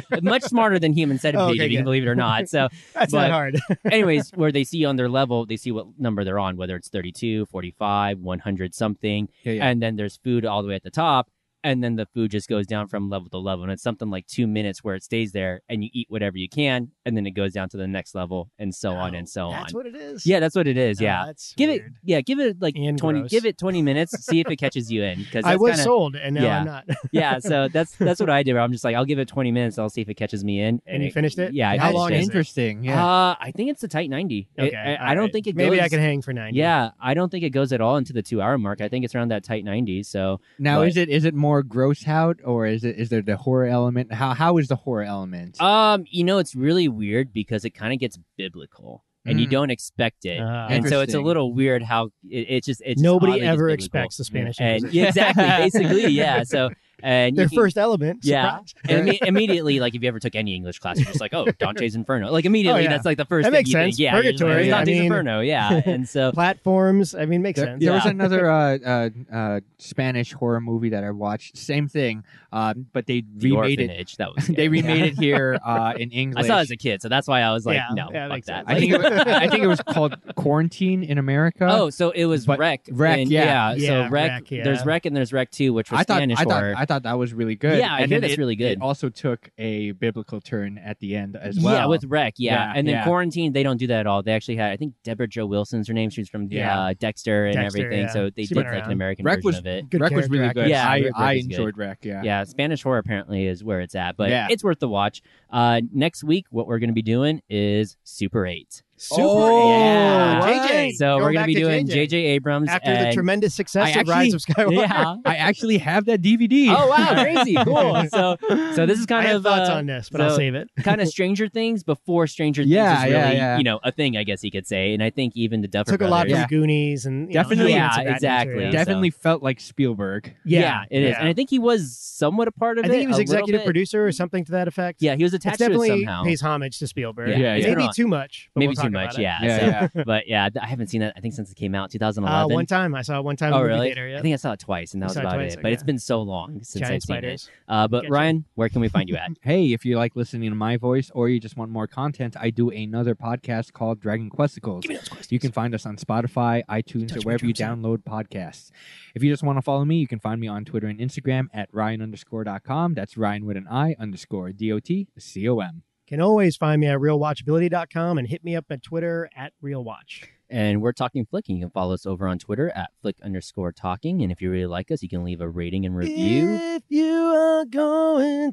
Speaker 1: No, much smarter than human centipede,
Speaker 3: Oh, okay,
Speaker 1: if you can
Speaker 3: good.
Speaker 1: believe it or not. So,
Speaker 3: That's
Speaker 1: but-
Speaker 3: not hard.
Speaker 1: anyways, where they see on their level, they see what number they're on, whether it's 32, 45, 100 something,
Speaker 2: Yeah, yeah.
Speaker 1: and then there's food all the way at the top and then the food just goes down from level to level and it's something like two minutes where it stays there and you eat whatever you can and then it goes down to the next level and so on and so
Speaker 3: That's
Speaker 1: on
Speaker 3: what it is.
Speaker 1: yeah that's what it is
Speaker 3: No,
Speaker 1: yeah
Speaker 3: that's
Speaker 1: give it
Speaker 3: weird.
Speaker 1: yeah give it like
Speaker 3: And
Speaker 1: 20
Speaker 3: gross.
Speaker 1: give it 20 minutes see if it catches you in because
Speaker 3: I was
Speaker 1: kinda,
Speaker 3: sold, and now
Speaker 1: yeah.
Speaker 3: I'm not.
Speaker 1: yeah so that's that's what i do i'm just like i'll give it 20 minutes i'll see if it catches me in
Speaker 3: And you finished it?
Speaker 1: yeah I
Speaker 3: How
Speaker 1: finished
Speaker 3: long
Speaker 1: it.
Speaker 3: is it?
Speaker 2: Interesting. Yeah.
Speaker 1: uh i think it's a tight 90 It-
Speaker 3: Okay,
Speaker 1: I, I
Speaker 3: all
Speaker 1: don't
Speaker 3: right.
Speaker 1: think it
Speaker 3: Maybe
Speaker 1: goes
Speaker 3: I can hang for nine.
Speaker 1: yeah i don't think it goes at all into the two hour mark i think it's around that tight 90 so
Speaker 2: now,
Speaker 1: but-
Speaker 2: is it is it more gross out or is it is there the horror element? How how is the horror element?
Speaker 1: Um, you know, it's really weird because it kind of gets biblical, and you
Speaker 2: Mm.
Speaker 1: don't expect it,
Speaker 3: Ah.
Speaker 1: and so it's a
Speaker 2: Interesting.
Speaker 1: little weird how it, it's just it's just
Speaker 3: Nobody
Speaker 1: oddly
Speaker 3: ever
Speaker 1: just biblical.
Speaker 3: expects the Spanish
Speaker 1: And
Speaker 3: Inquisition.
Speaker 1: yeah, exactly, basically, yeah. So and
Speaker 3: Their
Speaker 1: you can-
Speaker 3: first element.
Speaker 1: Yeah.
Speaker 3: Surprise.
Speaker 1: and imme- immediately, like if you ever took any English class, you're just like, oh, Dante's Inferno. Like immediately,
Speaker 3: Oh, yeah.
Speaker 1: that's like the first
Speaker 3: That
Speaker 1: thing
Speaker 3: makes
Speaker 1: you
Speaker 3: sense.
Speaker 1: think. Yeah, you're just like,
Speaker 3: Purgatory,
Speaker 1: it's
Speaker 3: I
Speaker 1: Dante's
Speaker 3: mean-
Speaker 1: Inferno. Yeah, and so
Speaker 3: Platforms. I mean, makes
Speaker 2: There,
Speaker 3: sense.
Speaker 2: there was
Speaker 1: Yeah.
Speaker 2: another uh, uh, uh, Spanish horror movie that I watched. Same thing, um, but they
Speaker 1: the
Speaker 2: remade it.
Speaker 1: orphanage. That was
Speaker 2: They
Speaker 1: good.
Speaker 2: remade it here uh, in
Speaker 1: I
Speaker 2: English.
Speaker 1: saw it as a kid, so that's why I was like,
Speaker 3: Yeah,
Speaker 1: no,
Speaker 3: yeah,
Speaker 1: fuck
Speaker 3: makes
Speaker 1: that.
Speaker 3: sense.
Speaker 2: I think it was, I think it was called Quarantine in America.
Speaker 1: Oh, so it was
Speaker 2: But-
Speaker 1: wreck.
Speaker 2: Wreck,
Speaker 1: and-
Speaker 2: yeah.
Speaker 3: Yeah,
Speaker 1: so wreck.
Speaker 3: Wreck, yeah.
Speaker 1: There's wreck and there's wreck two, which was
Speaker 2: I thought
Speaker 1: Spanish
Speaker 2: I thought
Speaker 1: horror.
Speaker 2: I thought that was really good.
Speaker 1: Yeah, I
Speaker 2: and
Speaker 1: hear
Speaker 2: then
Speaker 1: that's
Speaker 2: it-
Speaker 1: really good.
Speaker 2: It also took a biblical turn at the end as well.
Speaker 1: Yeah, with wreck. Yeah,
Speaker 2: Yeah,
Speaker 1: and then
Speaker 2: yeah.
Speaker 1: quarantine. They don't do that at all. They actually had. I think Deborah Jo Wilson's her name. She's from
Speaker 2: Yeah.
Speaker 1: uh, Dexter and
Speaker 3: Dexter,
Speaker 1: everything.
Speaker 3: yeah.
Speaker 1: So they
Speaker 3: She
Speaker 1: did
Speaker 3: went
Speaker 1: like an
Speaker 3: around.
Speaker 1: American
Speaker 2: Wreck
Speaker 1: version
Speaker 2: was-
Speaker 1: of it.
Speaker 3: Good
Speaker 2: Wreck was really
Speaker 3: character
Speaker 2: good.
Speaker 1: Yeah,
Speaker 2: I,
Speaker 1: Wreck
Speaker 2: I
Speaker 1: was good.
Speaker 2: enjoyed Wreck. Yeah.
Speaker 1: Yeah, Spanish horror apparently is where it's at, but
Speaker 2: Yeah.
Speaker 1: it's worth the watch. Uh, next week, what we're going to be doing is Super Eight.
Speaker 3: Super.
Speaker 2: Oh,
Speaker 1: yeah.
Speaker 3: eight. JJ.
Speaker 1: So we're
Speaker 3: going
Speaker 1: gonna
Speaker 3: back
Speaker 1: be
Speaker 3: to
Speaker 1: doing
Speaker 3: JJ.
Speaker 1: J.J. Abrams
Speaker 3: After the
Speaker 1: and-
Speaker 3: tremendous success
Speaker 2: I
Speaker 3: of Rise of Skywalker.
Speaker 1: yeah.
Speaker 2: I actually have that DVD.
Speaker 1: Oh wow, crazy, cool. So, so this is kind
Speaker 3: I have
Speaker 1: of
Speaker 3: thoughts
Speaker 1: uh,
Speaker 3: on this, but
Speaker 1: so-
Speaker 3: I'll save it.
Speaker 1: kind of Stranger Things before Stranger
Speaker 2: Yeah,
Speaker 1: Things is really,
Speaker 2: yeah, yeah.
Speaker 1: you know, a thing. I guess you could say. And I think even the Duffer
Speaker 3: Took a lot
Speaker 1: Brothers-
Speaker 3: from
Speaker 2: Yeah.
Speaker 3: Goonies and you know,
Speaker 2: Definitely.
Speaker 3: elements of
Speaker 1: Yeah,
Speaker 3: that
Speaker 1: exactly.
Speaker 3: nature, yeah.
Speaker 2: Definitely felt like Spielberg.
Speaker 1: Yeah,
Speaker 3: Yeah,
Speaker 1: it is.
Speaker 3: yeah.
Speaker 1: And I think he was somewhat a part of
Speaker 3: I
Speaker 1: it.
Speaker 3: think he was
Speaker 1: a little
Speaker 3: executive
Speaker 1: bit. Hmm?
Speaker 3: producer or something to that effect.
Speaker 1: Yeah, he was
Speaker 3: It
Speaker 1: attached to it
Speaker 3: definitely
Speaker 1: somehow.
Speaker 3: pays homage to Spielberg.
Speaker 1: Yeah,
Speaker 2: Yeah, yeah.
Speaker 3: Maybe
Speaker 1: Right.
Speaker 3: too much. But
Speaker 1: Maybe
Speaker 3: we'll
Speaker 1: too
Speaker 3: talk
Speaker 1: much.
Speaker 3: about it.
Speaker 1: Yeah. so-
Speaker 2: Yeah, yeah.
Speaker 1: But yeah, th- I haven't seen that. I think since it came out,
Speaker 3: Uh,
Speaker 1: 2011.
Speaker 3: one time. I saw it one time. in
Speaker 1: oh,
Speaker 3: the movie
Speaker 1: really?
Speaker 3: Theater, yeah.
Speaker 1: I think I saw it twice, and that
Speaker 3: You
Speaker 1: was
Speaker 3: saw it
Speaker 1: about
Speaker 3: twice,
Speaker 1: it. But it's
Speaker 3: okay.
Speaker 1: been so long since
Speaker 3: Giant
Speaker 1: I've seen
Speaker 3: spiders.
Speaker 1: it. Uh, but
Speaker 3: Gotcha.
Speaker 1: Ryan, where can we find you at?
Speaker 2: Hey, if you like listening to my voice or you just want more content, I do another podcast called Dragon Questicles. You can find us on Spotify, iTunes, or wherever you download podcasts. If you just want to follow me, you can find me on Twitter and Instagram at Ryan underscore dot com. That's Ryan with an I underscore D O T C O M.
Speaker 3: Can always find me at realwatchability.com and hit me up at Twitter at realwatch.
Speaker 1: And we're talking flick. And you can follow us over on Twitter at flick underscore talking. And if you really like us, you can leave a rating and review.
Speaker 3: If you are going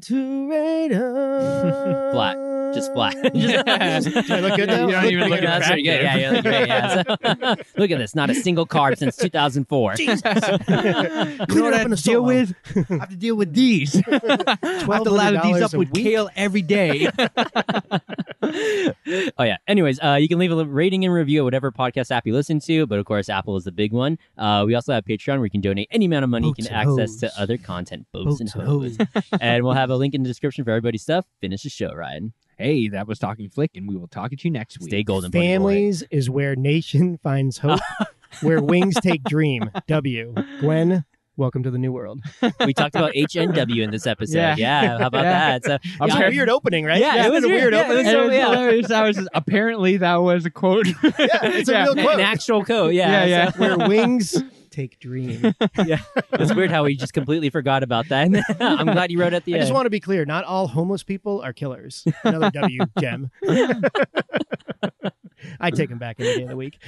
Speaker 3: to rate us.
Speaker 1: Flat. Just flat. Just-
Speaker 3: Do I look good now?
Speaker 2: You don't even look
Speaker 1: Yeah, that's pretty good. Yeah, you look great. Yeah. So- look at this. Not a single carb since 2004.
Speaker 2: You know
Speaker 3: Clean it
Speaker 2: what I
Speaker 3: up in
Speaker 2: have
Speaker 3: a
Speaker 2: to deal
Speaker 3: solo.
Speaker 2: with? I have to deal with these. I have to lather these
Speaker 3: $1,200
Speaker 2: up
Speaker 3: a
Speaker 2: with
Speaker 3: week?
Speaker 2: kale every day.
Speaker 1: oh yeah. Anyways, uh, you can leave a rating and review at whatever podcast app you listen to, but of course, Apple is the big one. Uh, we also have Patreon where you can donate any amount of money you
Speaker 3: Boats
Speaker 1: can
Speaker 3: and
Speaker 1: access
Speaker 3: hoes.
Speaker 1: to other content, boats,
Speaker 3: Boats
Speaker 1: and
Speaker 3: and
Speaker 1: hoes. and we'll have a link in the description for everybody's stuff. Finish the show, Ryan.
Speaker 2: hey, that was Talking Flick, and we will talk at you next week.
Speaker 1: Stay golden, buddy boy.
Speaker 3: Families is where nation finds hope, where wings take dream. W. Gwen, welcome to the new world.
Speaker 1: We talked about HNW in this episode.
Speaker 2: Yeah.
Speaker 1: Yeah, how about
Speaker 2: Yeah.
Speaker 1: that? So,
Speaker 2: I'm
Speaker 1: yeah,
Speaker 3: It's
Speaker 2: sorry.
Speaker 3: a weird opening, right?
Speaker 1: Yeah, it was
Speaker 3: a weird
Speaker 1: weird. Yeah,
Speaker 3: opening.
Speaker 1: it was-
Speaker 2: It was
Speaker 1: yeah.
Speaker 2: hilarious. That was apparently that was a quote. yeah,
Speaker 3: it's a real
Speaker 1: an actual code. Yeah,
Speaker 2: Yeah, yeah.
Speaker 1: so-
Speaker 3: where wings take dream.
Speaker 1: It's weird how we just completely forgot about that. And I'm glad you wrote it at the
Speaker 3: I
Speaker 1: end.
Speaker 3: just want to be clear. Not all homeless people are killers. Another W gem. I take him back any day of the week.